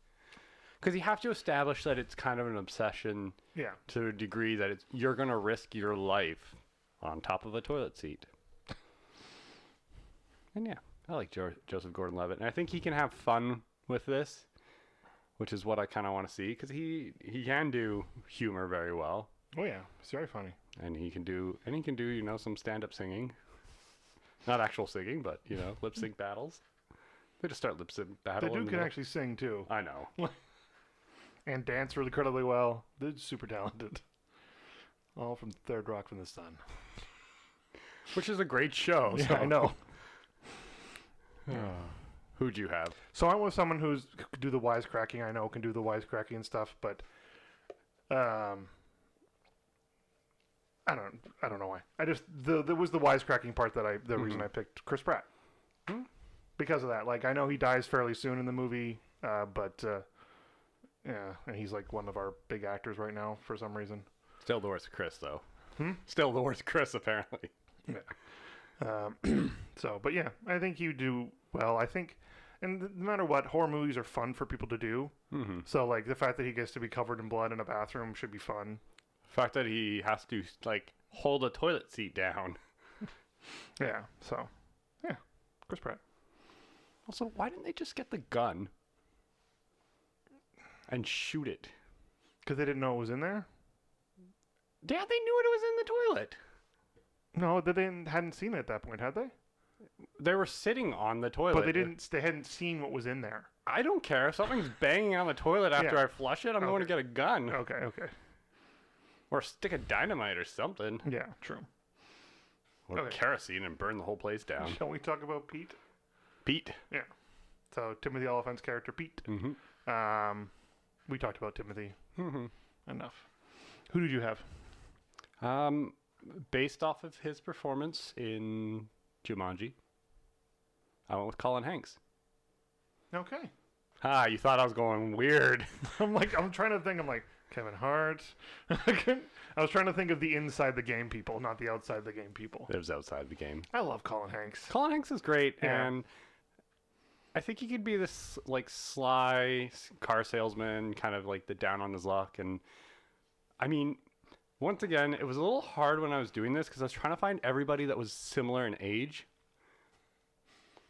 Speaker 1: because you have to establish that it's kind of an obsession
Speaker 2: Yeah.
Speaker 1: to a degree that it's you're gonna risk your life on top of a toilet seat. And yeah, I like jo- Joseph Gordon-Levitt, and I think he can have fun with this, which is what I kind of want to see because he he can do humor very well,
Speaker 2: Oh yeah, it's very funny.
Speaker 1: and he can do and he can do you know some stand-up singing, not actual singing, but you know lip sync battles. They just start lip sync
Speaker 2: The
Speaker 1: battling.
Speaker 2: dude can actually sing too
Speaker 1: I know.
Speaker 2: and dance really incredibly well. Dude's super talented. All from Third Rock from the Sun.
Speaker 1: Which is a great show.
Speaker 2: Yeah,
Speaker 1: Oh, so.
Speaker 2: I know.
Speaker 1: Who'd you have?
Speaker 2: So I want someone who's could do the wisecracking. I know can do the wisecracking and stuff, but um, I don't. I don't know why. I just the there was the wisecracking part that I the reason I picked Chris Pratt
Speaker 1: Hmm.
Speaker 2: because of that. Like I know he dies fairly soon in the movie, uh, but uh, yeah, and he's like one of our big actors right now for some reason.
Speaker 1: Still the worst Chris though.
Speaker 2: Hmm?
Speaker 1: Still the worst Chris apparently.
Speaker 2: Um, so, but yeah, I think you do well. I think, and th- no matter what, horror movies are fun for people to do.
Speaker 1: Mm-hmm.
Speaker 2: So like the fact that he gets to be covered in blood in a bathroom should be fun.
Speaker 1: fact that he has to like hold a toilet seat down.
Speaker 2: Yeah. So yeah, Chris Pratt.
Speaker 1: Also, why didn't they just get the gun and shoot it?
Speaker 2: Because they didn't know it was in there.
Speaker 1: Dad, they knew it was in the toilet.
Speaker 2: No, they didn't, hadn't seen it at that point, had they?
Speaker 1: They were sitting on the toilet.
Speaker 2: But they didn't. They hadn't seen what was in there.
Speaker 1: I don't care if something's banging on the toilet after
Speaker 2: Yeah.
Speaker 1: I flush it. I'm going to get a gun
Speaker 2: Okay. Oh. Okay.
Speaker 1: or stick a dynamite or something
Speaker 2: Yeah. True.
Speaker 1: or
Speaker 2: Okay.
Speaker 1: kerosene and burn the whole place down.
Speaker 2: Shall we talk about Pete?
Speaker 1: Pete.
Speaker 2: Yeah. So Timothy Oliphant's character Pete.
Speaker 1: Mm-hmm.
Speaker 2: Um, we talked about Timothy
Speaker 1: Mm-hmm.
Speaker 2: enough. Who did you have?
Speaker 1: Um, based off of his performance in Jumanji, I went with Colin Hanks.
Speaker 2: Okay.
Speaker 1: Ah, you thought I was going weird.
Speaker 2: I'm like, I'm trying to think. I'm like, Kevin Hart. I was trying to think of the inside the game people, not the outside the game people.
Speaker 1: It was outside the game.
Speaker 2: I love Colin Hanks.
Speaker 1: Colin Hanks is great,
Speaker 2: Yeah.
Speaker 1: and I think he could be this like sly s- car salesman, kind of like the down on his luck. And I mean, once again, it was a little hard when I was doing this because I was trying to find everybody that was similar in age.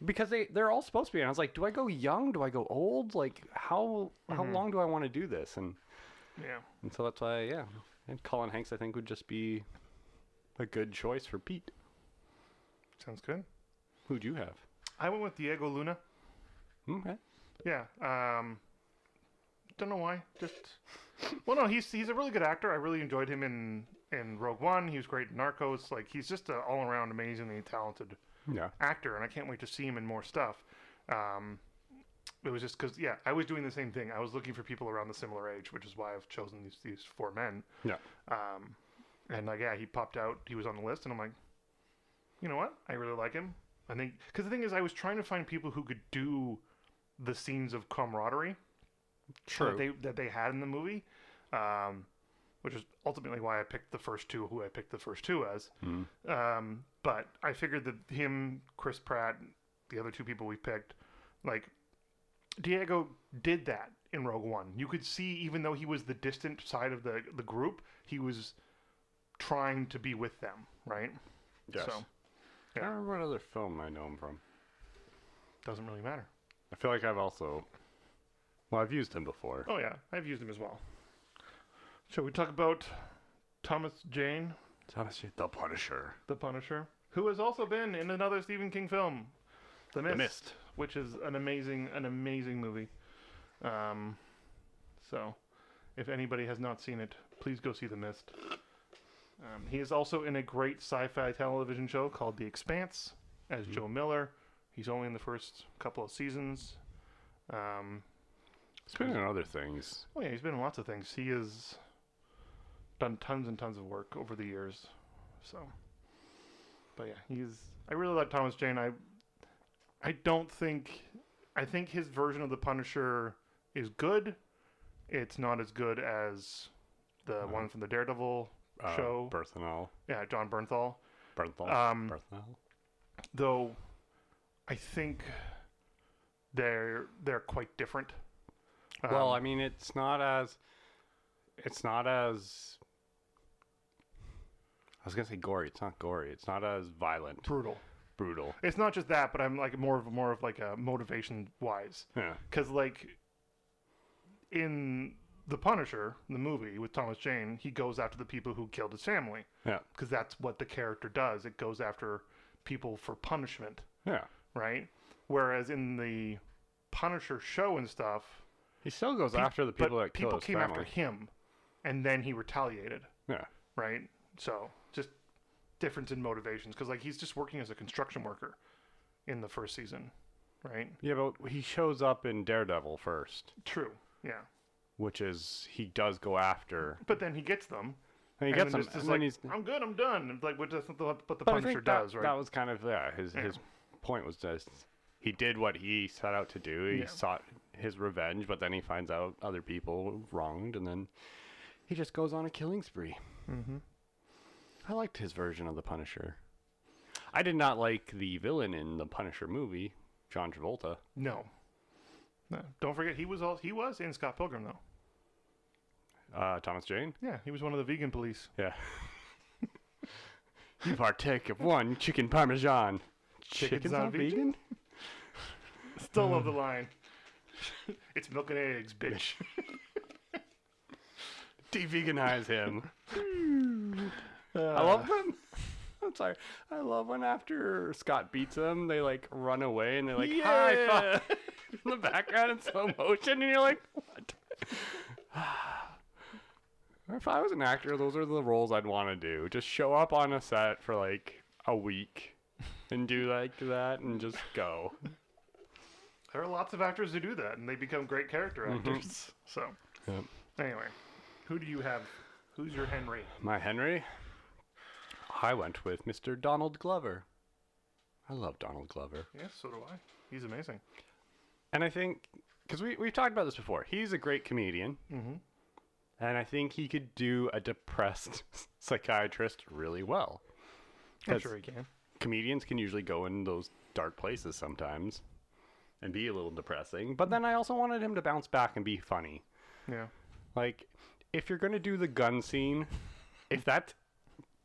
Speaker 1: because they they're all supposed to be. And I was like, do I go young? Do I go old? Like how how long do I want to do this? And
Speaker 2: Yeah.
Speaker 1: and so that's why yeah. And Colin Hanks I think would just be a good choice for Pete.
Speaker 2: Sounds good.
Speaker 1: Who'd you have? Hmm, eh?
Speaker 2: I went with Diego Luna.
Speaker 1: Okay.
Speaker 2: Yeah. Um, don't know why. Just well, no, he's he's a really good actor. I really enjoyed him in in Rogue One. He was great in Narcos. Like he's just an all around amazingly talented
Speaker 1: Yeah.
Speaker 2: actor, and I can't wait to see him in more stuff. Um, it was just because yeah, I was doing the same thing. I was looking for people around the similar age, which is why I've chosen these these four men.
Speaker 1: Yeah.
Speaker 2: Um, and like, yeah, he popped out. He was on the list, and I'm like, you know what? I really like him. I think because the thing is, I was trying to find people who could do the scenes of camaraderie that they that they had in the movie, um, which is ultimately why I picked the first two. Who I picked the first two as, um, but I figured that him, Chris Pratt, the other two people we picked, like Diego did that in Rogue One. You could see, even though he was the distant side of the the group, he was trying to be with them, right?
Speaker 1: Yes.
Speaker 2: So
Speaker 1: I don't remember what other film I know him from.
Speaker 2: doesn't really matter.
Speaker 1: I feel like I've also well, I've used him before.
Speaker 2: Oh yeah, I've used him as well. Shall we talk about Thomas Jane,
Speaker 1: Thomas the Punisher.
Speaker 2: the Punisher, who has also been in another Stephen King film, The Mist,
Speaker 1: Mist.
Speaker 2: which is an amazing, an amazing movie. Um, so, if anybody has not seen it, please go see The Mist. Um, he is also in a great sci-fi television show called The Expanse as Joe Miller. He's only in the first couple of seasons. Um,
Speaker 1: He's been in other things.
Speaker 2: Oh yeah, he's been in lots of things. He has done tons and tons of work over the years. So, but yeah, he's. I really like Thomas Jane. I, I don't think, I think his version of the Punisher is good. It's not as good as the one from the Daredevil
Speaker 1: Uh,
Speaker 2: show.
Speaker 1: Berthenol.
Speaker 2: yeah, John Bernthal.
Speaker 1: Berthenol.
Speaker 2: Um,
Speaker 1: Berthenol.
Speaker 2: Though, I think they're they're quite different.
Speaker 1: well,
Speaker 2: Um,
Speaker 1: I mean, it's not as it's not as I was gonna say gory. It's not gory. It's not as violent,
Speaker 2: brutal.
Speaker 1: brutal.
Speaker 2: It's not just that, but I'm like more of more of like a motivation wise.
Speaker 1: Yeah,
Speaker 2: because like in the punisher the movie with thomas jane he goes after the people who killed his family
Speaker 1: yeah,
Speaker 2: because that's what the character does it goes after people for punishment
Speaker 1: yeah.
Speaker 2: right whereas in the punisher show and stuff
Speaker 1: He still goes
Speaker 2: pe-
Speaker 1: after the
Speaker 2: but
Speaker 1: people that kill
Speaker 2: people
Speaker 1: his
Speaker 2: came
Speaker 1: family.
Speaker 2: after him and then he retaliated
Speaker 1: Yeah,
Speaker 2: right so just difference in motivations because like he's just working as a construction worker in the first season right
Speaker 1: yeah, but he shows up in Daredevil first,
Speaker 2: true yeah
Speaker 1: which is he does go after.
Speaker 2: but then he gets them
Speaker 1: And he
Speaker 2: and
Speaker 1: gets
Speaker 2: then
Speaker 1: him,
Speaker 2: it's just
Speaker 1: and
Speaker 2: like,
Speaker 1: then he's.
Speaker 2: I'm good, I'm done. And, Like, what that's not the- what the
Speaker 1: But I
Speaker 2: Punisher
Speaker 1: think that,
Speaker 2: does, right?
Speaker 1: That was kind of yeah. His his point was just he did what he set out to do. He
Speaker 2: Yeah.
Speaker 1: sought his revenge, but then he finds out other people wronged, and then he just goes on a killing spree. Mm-hmm. I liked his version of the Punisher. I did not like the villain in the Punisher movie, John Travolta.
Speaker 2: No. no. Don't forget, he was all he was in Scott Pilgrim, though.
Speaker 1: Uh, Thomas Jane.
Speaker 2: Yeah, he was one of the vegan police.
Speaker 1: Yeah. you partake of one chicken parmesan.
Speaker 2: Chicken's
Speaker 1: Chicken's
Speaker 2: not
Speaker 1: not
Speaker 2: vegan?
Speaker 1: vegan?
Speaker 2: Still love
Speaker 1: Hmm.
Speaker 2: the line. it's milk and eggs, bitch.
Speaker 1: de-veganize him. I love when. I'm sorry. I love when after Scott beats him, they like run away and they're like high
Speaker 2: Yeah.
Speaker 1: five in the background in slow motion, and you're like, what? if I was an actor, those are the roles I'd want to do. Just show up on a set for like a week and do like that and just go.
Speaker 2: There are lots of actors who do that, and they become great character
Speaker 1: Mm-hmm. Mm.
Speaker 2: actors. So,
Speaker 1: Yep.
Speaker 2: anyway, who do you have? Who's your Henry?
Speaker 1: My Henry, I went with Mr. Donald Glover. I love Donald Glover.
Speaker 2: Yeah, so do I. He's amazing.
Speaker 1: And I think because we we've talked about this before, he's a great comedian,
Speaker 2: Mhm.
Speaker 1: and I think he could do a depressed psychiatrist really well.
Speaker 2: I'm
Speaker 1: 'Cause
Speaker 2: sure he can.
Speaker 1: comedians can usually go in those dark places sometimes and be a little depressing. But then I also wanted him to bounce back and be funny.
Speaker 2: Yeah.
Speaker 1: Like, if you're gonna do the gun scene, if that's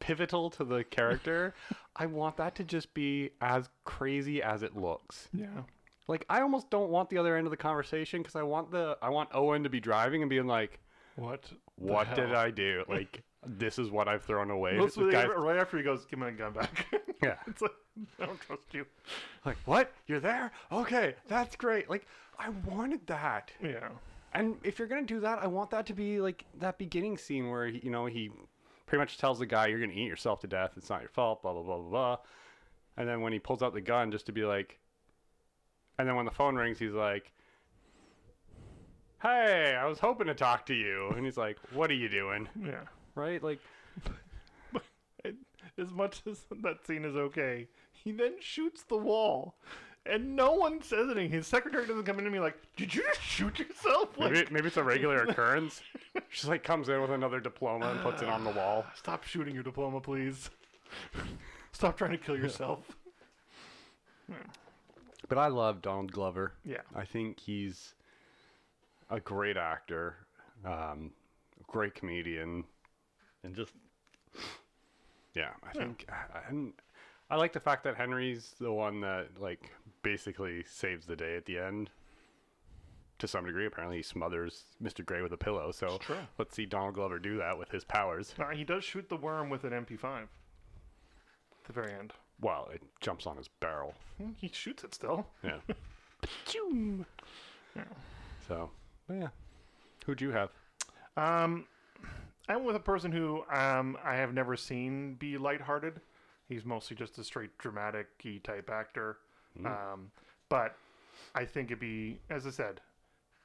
Speaker 1: pivotal to the character, I want that to just be as crazy as it looks.
Speaker 2: Yeah.
Speaker 1: Like I almost don't want the other end of the conversation because I want the I want Owen to be driving and being like,
Speaker 2: What? the
Speaker 1: "What did
Speaker 2: hell?
Speaker 1: I do? Like this is what I've thrown away." This
Speaker 2: Mostly
Speaker 1: guy's-
Speaker 2: right after he goes, give me my gun back.
Speaker 1: yeah.
Speaker 2: it's like, I don't trust you.
Speaker 1: Like what? You're there? Okay, that's great. Like I wanted that.
Speaker 2: Yeah.
Speaker 1: And if you're gonna do that, I want that to be like that beginning scene where he- you know he pretty much tells the guy, "You're gonna eat yourself to death. It's not your fault." Blah blah blah blah blah. And then when he pulls out the gun, just to be like, and then when the phone rings, he's like, "Hey, I was hoping to talk to you." And he's like, "What are you doing?"
Speaker 2: Yeah.
Speaker 1: Right? Like,
Speaker 2: And as much as that scene is okay, he then shoots the wall, and no one says anything. His secretary doesn't come in to me like, "Did you just shoot yourself?" Like,
Speaker 1: maybe, maybe it's a regular occurrence. She's like comes in with another diploma and puts it on the wall.
Speaker 2: stop shooting your diploma, please. stop trying to kill yourself.
Speaker 1: But I love Donald Glover.
Speaker 2: Yeah.
Speaker 1: I think he's a great actor, um, great comedian, and just yeah. I think I, I'm- I like the fact that Henry's the one that like basically saves the day at the end. To some degree, apparently he smothers Mr. Gray with a pillow. So
Speaker 2: true.
Speaker 1: let's see Donald Glover do that with his powers.
Speaker 2: Now, he does shoot the worm with an MP5. At the very end,
Speaker 1: Well, it jumps on his barrel.
Speaker 2: Hmm, he shoots it still.
Speaker 1: Yeah. Pachoom. So yeah, who'd you have?
Speaker 2: Um, I'm with a person who um, I have never seen be lighthearted. He's mostly just a straight dramatic y type actor. Um, but I think it'd be, as I said,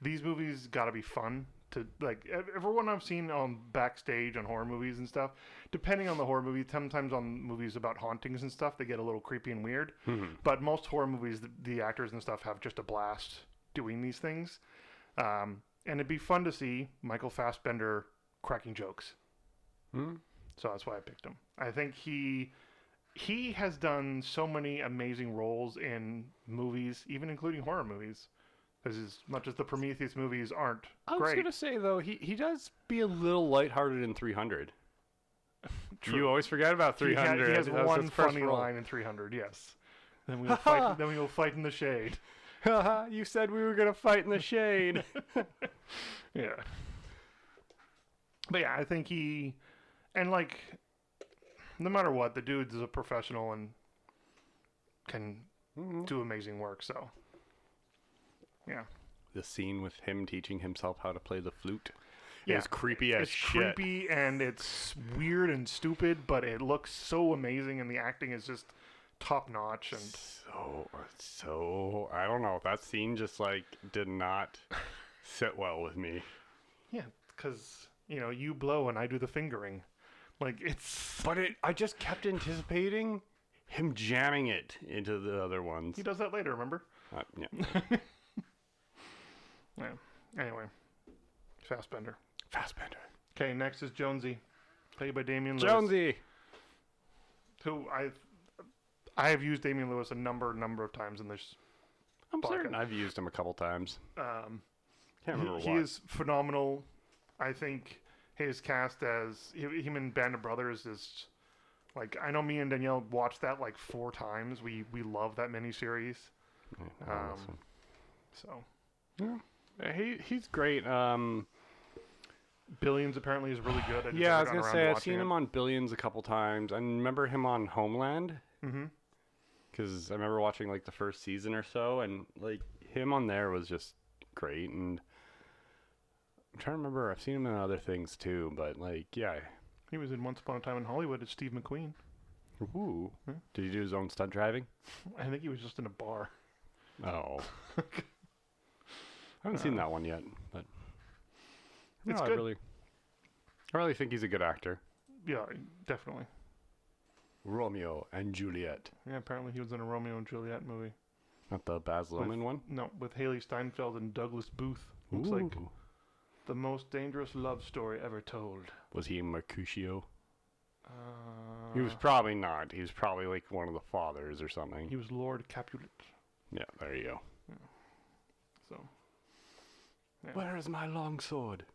Speaker 2: these movies got to be fun. To like ev- everyone I've seen on backstage on horror movies and stuff, depending on the horror movie, sometimes on movies about hauntings and stuff, they get a little creepy and weird. But most horror movies, the, the actors and stuff have just a blast doing these things. Um, and it'd be fun to see Michael Fassbender cracking jokes.
Speaker 1: Hmm?
Speaker 2: So that's why I picked him. I think he he has done so many amazing roles in movies, even including horror movies. Because as much as the Prometheus movies aren't
Speaker 1: I was
Speaker 2: great,
Speaker 1: gonna say though, he, he does be a little lighthearted in 300. You always forget about
Speaker 2: he, ha-
Speaker 1: 300.
Speaker 2: he has
Speaker 1: That was
Speaker 2: one
Speaker 1: his first
Speaker 2: funny
Speaker 1: role.
Speaker 2: line in 300. Yes. Then we will fight. then we will fight in the shade.
Speaker 1: Haha, you said we were gonna fight in the shade.
Speaker 2: Yeah. But yeah, I think he, and like, no matter what, the dude is a professional and can do amazing work. So, yeah,
Speaker 1: the scene with him teaching himself how to play the flute
Speaker 2: Yeah.
Speaker 1: is creepy as
Speaker 2: it's
Speaker 1: shit.
Speaker 2: creepy and it's weird and stupid, but it looks so amazing, and the acting is just top notch. And
Speaker 1: So so I don't know. That scene just like did not sit well with me.
Speaker 2: yeah, because you know, you blow and I do the fingering. Like it's
Speaker 1: But it, I just kept anticipating him jamming it into the other ones.
Speaker 2: he does that later. Remember?
Speaker 1: Uh, yeah.
Speaker 2: Yeah. Anyway, Fastbender.
Speaker 1: Fassbender.
Speaker 2: Okay, next is Jonesy, played by Damian Lewis.
Speaker 1: Jonesy.
Speaker 2: who I I have used Damian Lewis a number number of times in this.
Speaker 1: I'm
Speaker 2: Fuck.
Speaker 1: certain I've used him a couple times.
Speaker 2: Um,
Speaker 1: Can't
Speaker 2: he,
Speaker 1: remember
Speaker 2: he
Speaker 1: why.
Speaker 2: is phenomenal. I think his cast as hi- him in Band of Brothers is like I know me and Danielle watched that like four times. We we love that miniseries.
Speaker 1: Yeah, I don't know this
Speaker 2: Um, so
Speaker 1: one. Yeah. He he's great. Um,
Speaker 2: Billions apparently is really good. just
Speaker 1: yeah, I was
Speaker 2: haven't
Speaker 1: gonna
Speaker 2: gotten
Speaker 1: say
Speaker 2: around
Speaker 1: I've seen
Speaker 2: watching
Speaker 1: him on Billions a couple times. I remember him on Homeland
Speaker 2: it. Mhm.
Speaker 1: because I remember watching like the first season or so, and like him on there was just great. And I'm trying to remember. I've seen him in other things too, but like yeah.
Speaker 2: He was in Once Upon a Time in Hollywood as Steve McQueen.
Speaker 1: Ooh.
Speaker 2: Hmm?
Speaker 1: Did he do his own stunt driving?
Speaker 2: I think he was just in a bar.
Speaker 1: Oh. I haven't seen that one yet, but
Speaker 2: It's
Speaker 1: No, I
Speaker 2: good.
Speaker 1: really, I really think he's a good actor.
Speaker 2: Yeah, definitely.
Speaker 1: Romeo and Juliet,
Speaker 2: Yeah, apparently he was in a Romeo and Juliet movie.
Speaker 1: not the Baz Luhrmann one.
Speaker 2: No, with Haley Steinfeld and Douglas Booth. Looks like
Speaker 1: Ooh.
Speaker 2: the most dangerous love story ever told.
Speaker 1: was he Mercutio? Ah.
Speaker 2: Uh,
Speaker 1: he was probably not. He was probably like one of the fathers or something.
Speaker 2: he was Lord Capulet.
Speaker 1: yeah, there you go.
Speaker 2: So Yeah.
Speaker 1: Where is my long sword?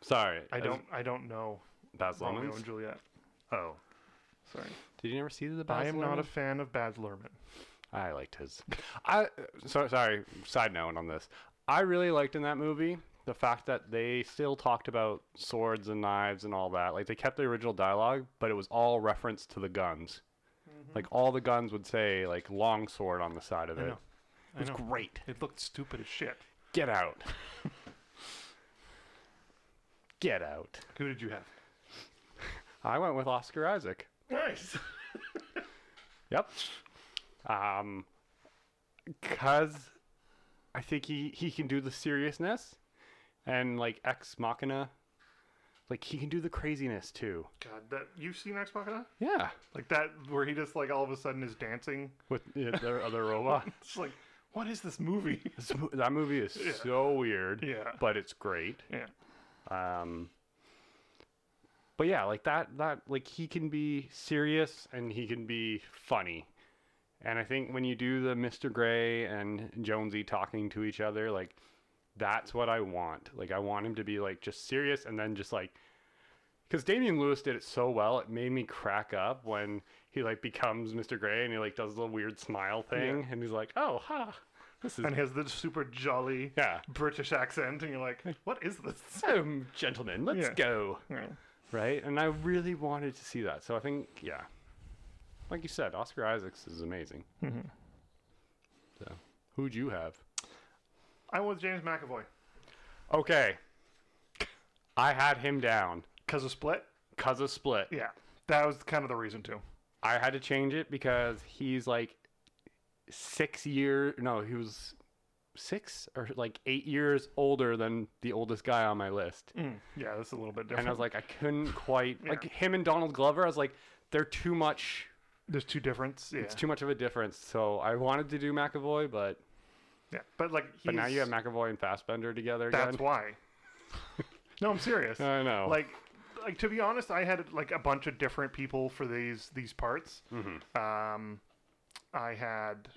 Speaker 1: Sorry,
Speaker 2: I
Speaker 1: that's
Speaker 2: don't I don't know
Speaker 1: Baz
Speaker 2: Romeo
Speaker 1: Luhrmann's.
Speaker 2: and Juliet.
Speaker 3: Oh,
Speaker 2: Sorry.
Speaker 1: Did you never see the Baz
Speaker 2: I am not a
Speaker 1: Luhrmann?
Speaker 2: fan of Baz Luhrmann.
Speaker 1: I liked his. I so, sorry. Side note on this, I really liked in that movie the fact that they still talked about swords and knives and all that. Like they kept the original dialogue, but it was all reference to the guns. Like all the guns would say like long sword on the side of
Speaker 2: Mm-hmm.
Speaker 1: it.
Speaker 2: I know. I
Speaker 1: It was
Speaker 2: know.
Speaker 1: great.
Speaker 2: It looked stupid as shit.
Speaker 1: Get out. Get out.
Speaker 2: Who did you have?
Speaker 1: I went with Oscar Isaac.
Speaker 2: Nice.
Speaker 1: Yep. Um, cause I think he he can do the seriousness, and like ex machina, like he can do the craziness too.
Speaker 2: God, that you've seen Ex Machina?
Speaker 1: Yeah,
Speaker 2: Like that, where he just like all of a sudden is dancing.
Speaker 1: with uh, the other robot.
Speaker 2: It's like, what is this movie?
Speaker 1: This mo- that movie is
Speaker 2: Yeah.
Speaker 1: so weird,
Speaker 2: Yeah.
Speaker 1: but it's great.
Speaker 2: Yeah.
Speaker 1: Um, but yeah, like that, that, like he can be serious and he can be funny. And I think when you do the Mr. Gray and Jonesy talking to each other, like that's what I want. Like I want him to be like just serious and then just like, because Damian Lewis did it so well, it made me crack up when he like becomes Mr. Gray and he like does the weird smile thing and he's like, oh, ha, this is
Speaker 2: And he has the super jolly
Speaker 1: yeah.
Speaker 2: British accent, and you're like, what is this?
Speaker 1: So, gentlemen, let's
Speaker 2: Yeah.
Speaker 1: go.
Speaker 2: Yeah.
Speaker 1: right? And I really wanted to see that. So I think, yeah, like you said, Oscar Isaacs is amazing. So, who'd you have?
Speaker 2: I went with James McAvoy
Speaker 1: Okay, I had him down
Speaker 2: because of Split.
Speaker 1: because of Split.
Speaker 2: Yeah, that was kind of the reason too.
Speaker 1: I had to change it because he's like six year. No, he was six or like eight years older than the oldest guy on my list.
Speaker 2: Yeah, that's a little bit different.
Speaker 1: And I was like, I couldn't quite like him and Donald Glover. I was like, they're too much
Speaker 2: There's two difference. Yeah,
Speaker 1: It's too much of a difference. So I wanted to do McAvoy, but
Speaker 2: yeah. But like,
Speaker 1: but now you
Speaker 2: he's-
Speaker 1: have McAvoy and Fassbender together again.
Speaker 2: That's why. no, I'm serious.
Speaker 1: I know.
Speaker 2: like like to be honest i had like a bunch of different people for these these parts
Speaker 1: Mm-hmm.
Speaker 2: um i had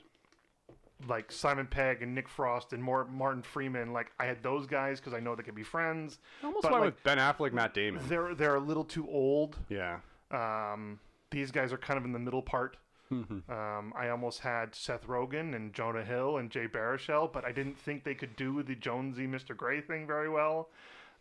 Speaker 2: like simon pegg and nick frost and more martin freeman like i had those guys because i know they could be friends
Speaker 1: I almost
Speaker 2: but,
Speaker 1: went
Speaker 2: like-
Speaker 1: with Ben Affleck, Matt Damon.
Speaker 2: they're they're a little too old
Speaker 1: Yeah,
Speaker 2: um these guys are kind of in the middle part um, I almost had Seth Rogen and Jonah Hill and Jay Baruchel, but I didn't think they could do the Jonesy Mr. Gray thing very well.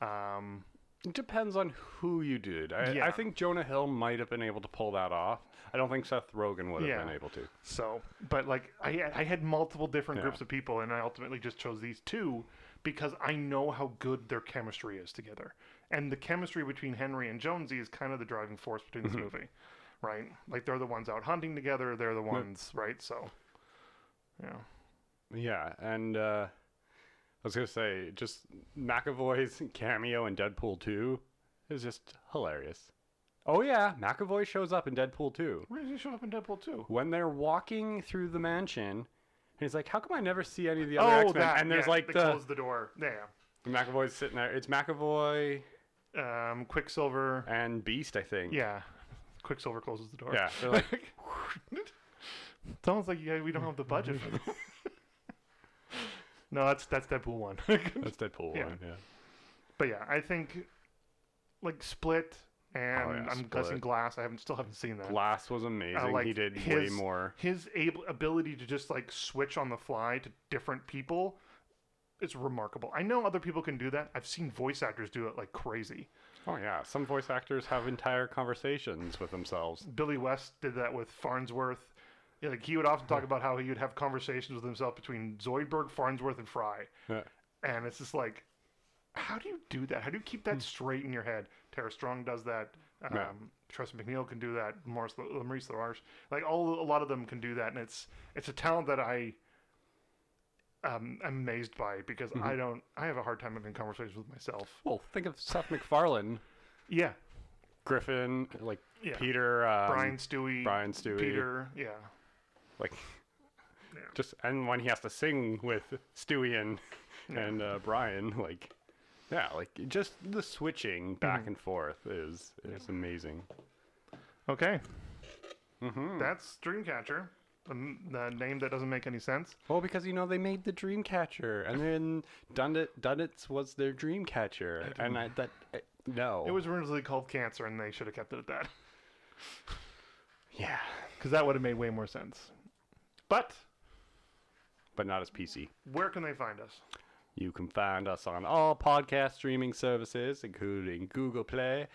Speaker 2: Um,
Speaker 1: it depends on who you did. I, I
Speaker 2: Yeah.
Speaker 1: think Jonah Hill might have been able to pull that off. I don't think Seth Rogen would have
Speaker 2: Yeah.
Speaker 1: been able to.
Speaker 2: So, but like I, I had multiple different
Speaker 1: Yeah.
Speaker 2: groups of people, and I ultimately just chose these two because I know how good their chemistry is together, and the chemistry between Henry and Jonesy is kind of the driving force between this movie, right? Like they're the ones out hunting together, they're the ones, right? So, yeah,
Speaker 1: Yeah, and uh, I was gonna say just McAvoy's cameo in Deadpool two is just hilarious. Oh yeah, McAvoy shows up in Deadpool two.
Speaker 2: where did he show up in Deadpool too?
Speaker 1: when they're walking through the mansion, and he's like, "How come I never see any of the other
Speaker 2: Oh,
Speaker 1: X Men?"
Speaker 2: that
Speaker 1: And there's
Speaker 2: yeah,
Speaker 1: like
Speaker 2: they
Speaker 1: the
Speaker 2: closed the door. Yeah,
Speaker 1: McAvoy's sitting there. It's McAvoy
Speaker 2: um, Quicksilver.
Speaker 1: and Beast, I think.
Speaker 2: Yeah, Quicksilver closes the door.
Speaker 1: yeah. They're like,
Speaker 2: Sounds like yeah, we don't have the budget for this. no, that's that's Deadpool one.
Speaker 1: that's Deadpool
Speaker 2: Yeah.
Speaker 1: one. Yeah.
Speaker 2: but yeah, I think like Split and
Speaker 1: Oh, yeah,
Speaker 2: I'm guessing
Speaker 1: Split.
Speaker 2: Glass. I haven't still haven't seen that.
Speaker 1: Glass was amazing.
Speaker 2: Uh, like,
Speaker 1: he did way
Speaker 2: his-
Speaker 1: more.
Speaker 2: His able ability to just like switch on the fly to different people is remarkable. I know other people can do that. I've seen voice actors do it like crazy.
Speaker 1: Oh yeah, some voice actors have entire conversations with themselves.
Speaker 2: Billy West did that with Farnsworth. Yeah, Like he would often talk about how he would have conversations with himself between Zoidberg, Farnsworth, and Fry.
Speaker 1: Yeah.
Speaker 2: and it's just like how do you do that how do you keep that straight in your head tara strong does that um,
Speaker 1: Hmm. Yeah.
Speaker 2: Trust mcneil can do that Maurice, La- Maurice LaMarche. like all a lot of them can do that and it's it's a talent that i um, am amazed by because
Speaker 1: Mm-hmm.
Speaker 2: i don't i have a hard time having conversations with myself
Speaker 1: Well, think of Seth MacFarlane,
Speaker 2: yeah
Speaker 1: Griffin, like
Speaker 2: Yeah.
Speaker 1: Peter, um,
Speaker 2: brian stewie
Speaker 1: Brian Stewie.
Speaker 2: peter yeah
Speaker 1: like just and when he has to sing with Stewie and and uh, Brian, like yeah, like just the switching back and forth is is amazing.
Speaker 2: okay
Speaker 1: Mm-hmm.
Speaker 2: that's dreamcatcher the, n- the name that doesn't make any sense
Speaker 1: Well, because you know they made the Dreamcatcher, and then Dundit Dunnits was their Dreamcatcher, and I that I, no, Oh.
Speaker 2: it was originally called cancer and they should have kept it at that
Speaker 1: Yeah,
Speaker 2: because that would have made way more sense. But
Speaker 1: but not as PC.
Speaker 2: where can they find us?
Speaker 1: You can find us on all podcast streaming services, including Google Play.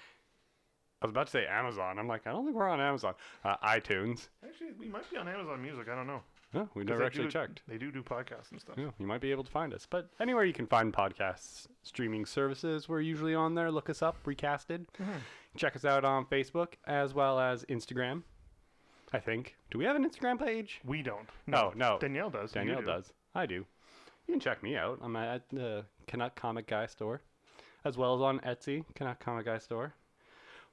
Speaker 1: I was about to say Amazon. I'm like, I don't think we're on Amazon. Uh, iTunes.
Speaker 2: Actually, we might be on Amazon Music. I don't know.
Speaker 1: Huh, we
Speaker 2: 'Cause
Speaker 1: never
Speaker 2: they
Speaker 1: actually
Speaker 2: do-
Speaker 1: checked. Hmm.
Speaker 2: They do do podcasts and stuff.
Speaker 1: Yeah, you might be able to find us. But anywhere you can find podcasts, streaming services, we're usually on there. Look us up, recasted.
Speaker 2: Mm-hmm.
Speaker 1: Check us out on Facebook as well as Instagram, I think. Do we have an Instagram page?
Speaker 2: We don't.
Speaker 1: No, Oh, no.
Speaker 2: Danielle does. and you
Speaker 1: Danielle
Speaker 2: do.
Speaker 1: does. I do. You can check me out. I'm at the Canuck Comic Guy store, as well as on Etsy, Canuck Comic Guy store.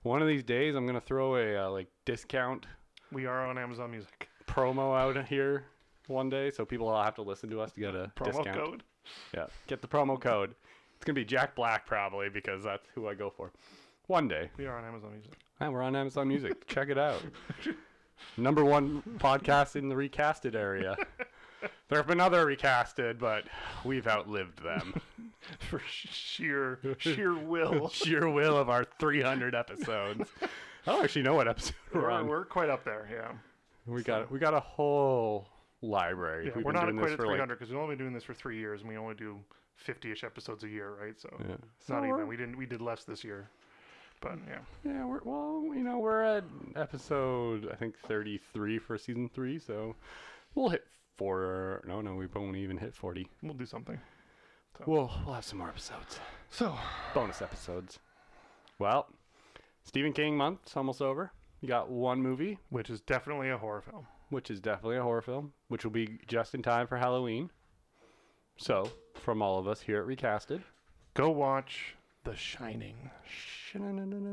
Speaker 1: One of these days, I'm gonna throw a uh, like discount
Speaker 2: We are on Amazon Music.
Speaker 1: promo out here one day, so people will have to listen to us to get a
Speaker 2: Promo
Speaker 1: discount.
Speaker 2: code.
Speaker 1: Yeah, get the promo code. It's gonna be Jack Black probably because that's who I go for. One day,
Speaker 2: We are on Amazon Music.
Speaker 1: and we're on Amazon Music. Check it out. Number one podcast in the recasted area. There have been other recasted, but we've outlived them.
Speaker 2: For sh- sheer sheer will.
Speaker 1: Sheer will of our 300 episodes. I don't actually know what episode we're
Speaker 2: we're,
Speaker 1: on.
Speaker 2: we're quite up there. Yeah.
Speaker 1: We got we got a whole library.
Speaker 2: Yeah,
Speaker 1: We've
Speaker 2: we're
Speaker 1: been
Speaker 2: not
Speaker 1: doing
Speaker 2: quite
Speaker 1: this
Speaker 2: at
Speaker 1: for, like,
Speaker 2: 300 because we've only been doing this for three years, and we only do 50-ish episodes a year, right? So
Speaker 1: Yeah.
Speaker 2: it's not
Speaker 1: So
Speaker 2: even.
Speaker 1: we're-
Speaker 2: We didn't. We did less this year, but yeah,
Speaker 1: Yeah, we're well, you know, we're at episode I think thirty three for season three, so we'll hit four. No, no, we won't even hit forty.
Speaker 2: we'll do something.
Speaker 1: We'll we'll have some more episodes,
Speaker 2: So
Speaker 1: bonus episodes. Well, Stephen King month's almost over. You got one movie,
Speaker 2: which is definitely a horror film.
Speaker 1: which is definitely a horror film, which will be just in time for Halloween. So, from all of us here at Recasted.
Speaker 2: Go watch The Shining.
Speaker 1: Shenanigans.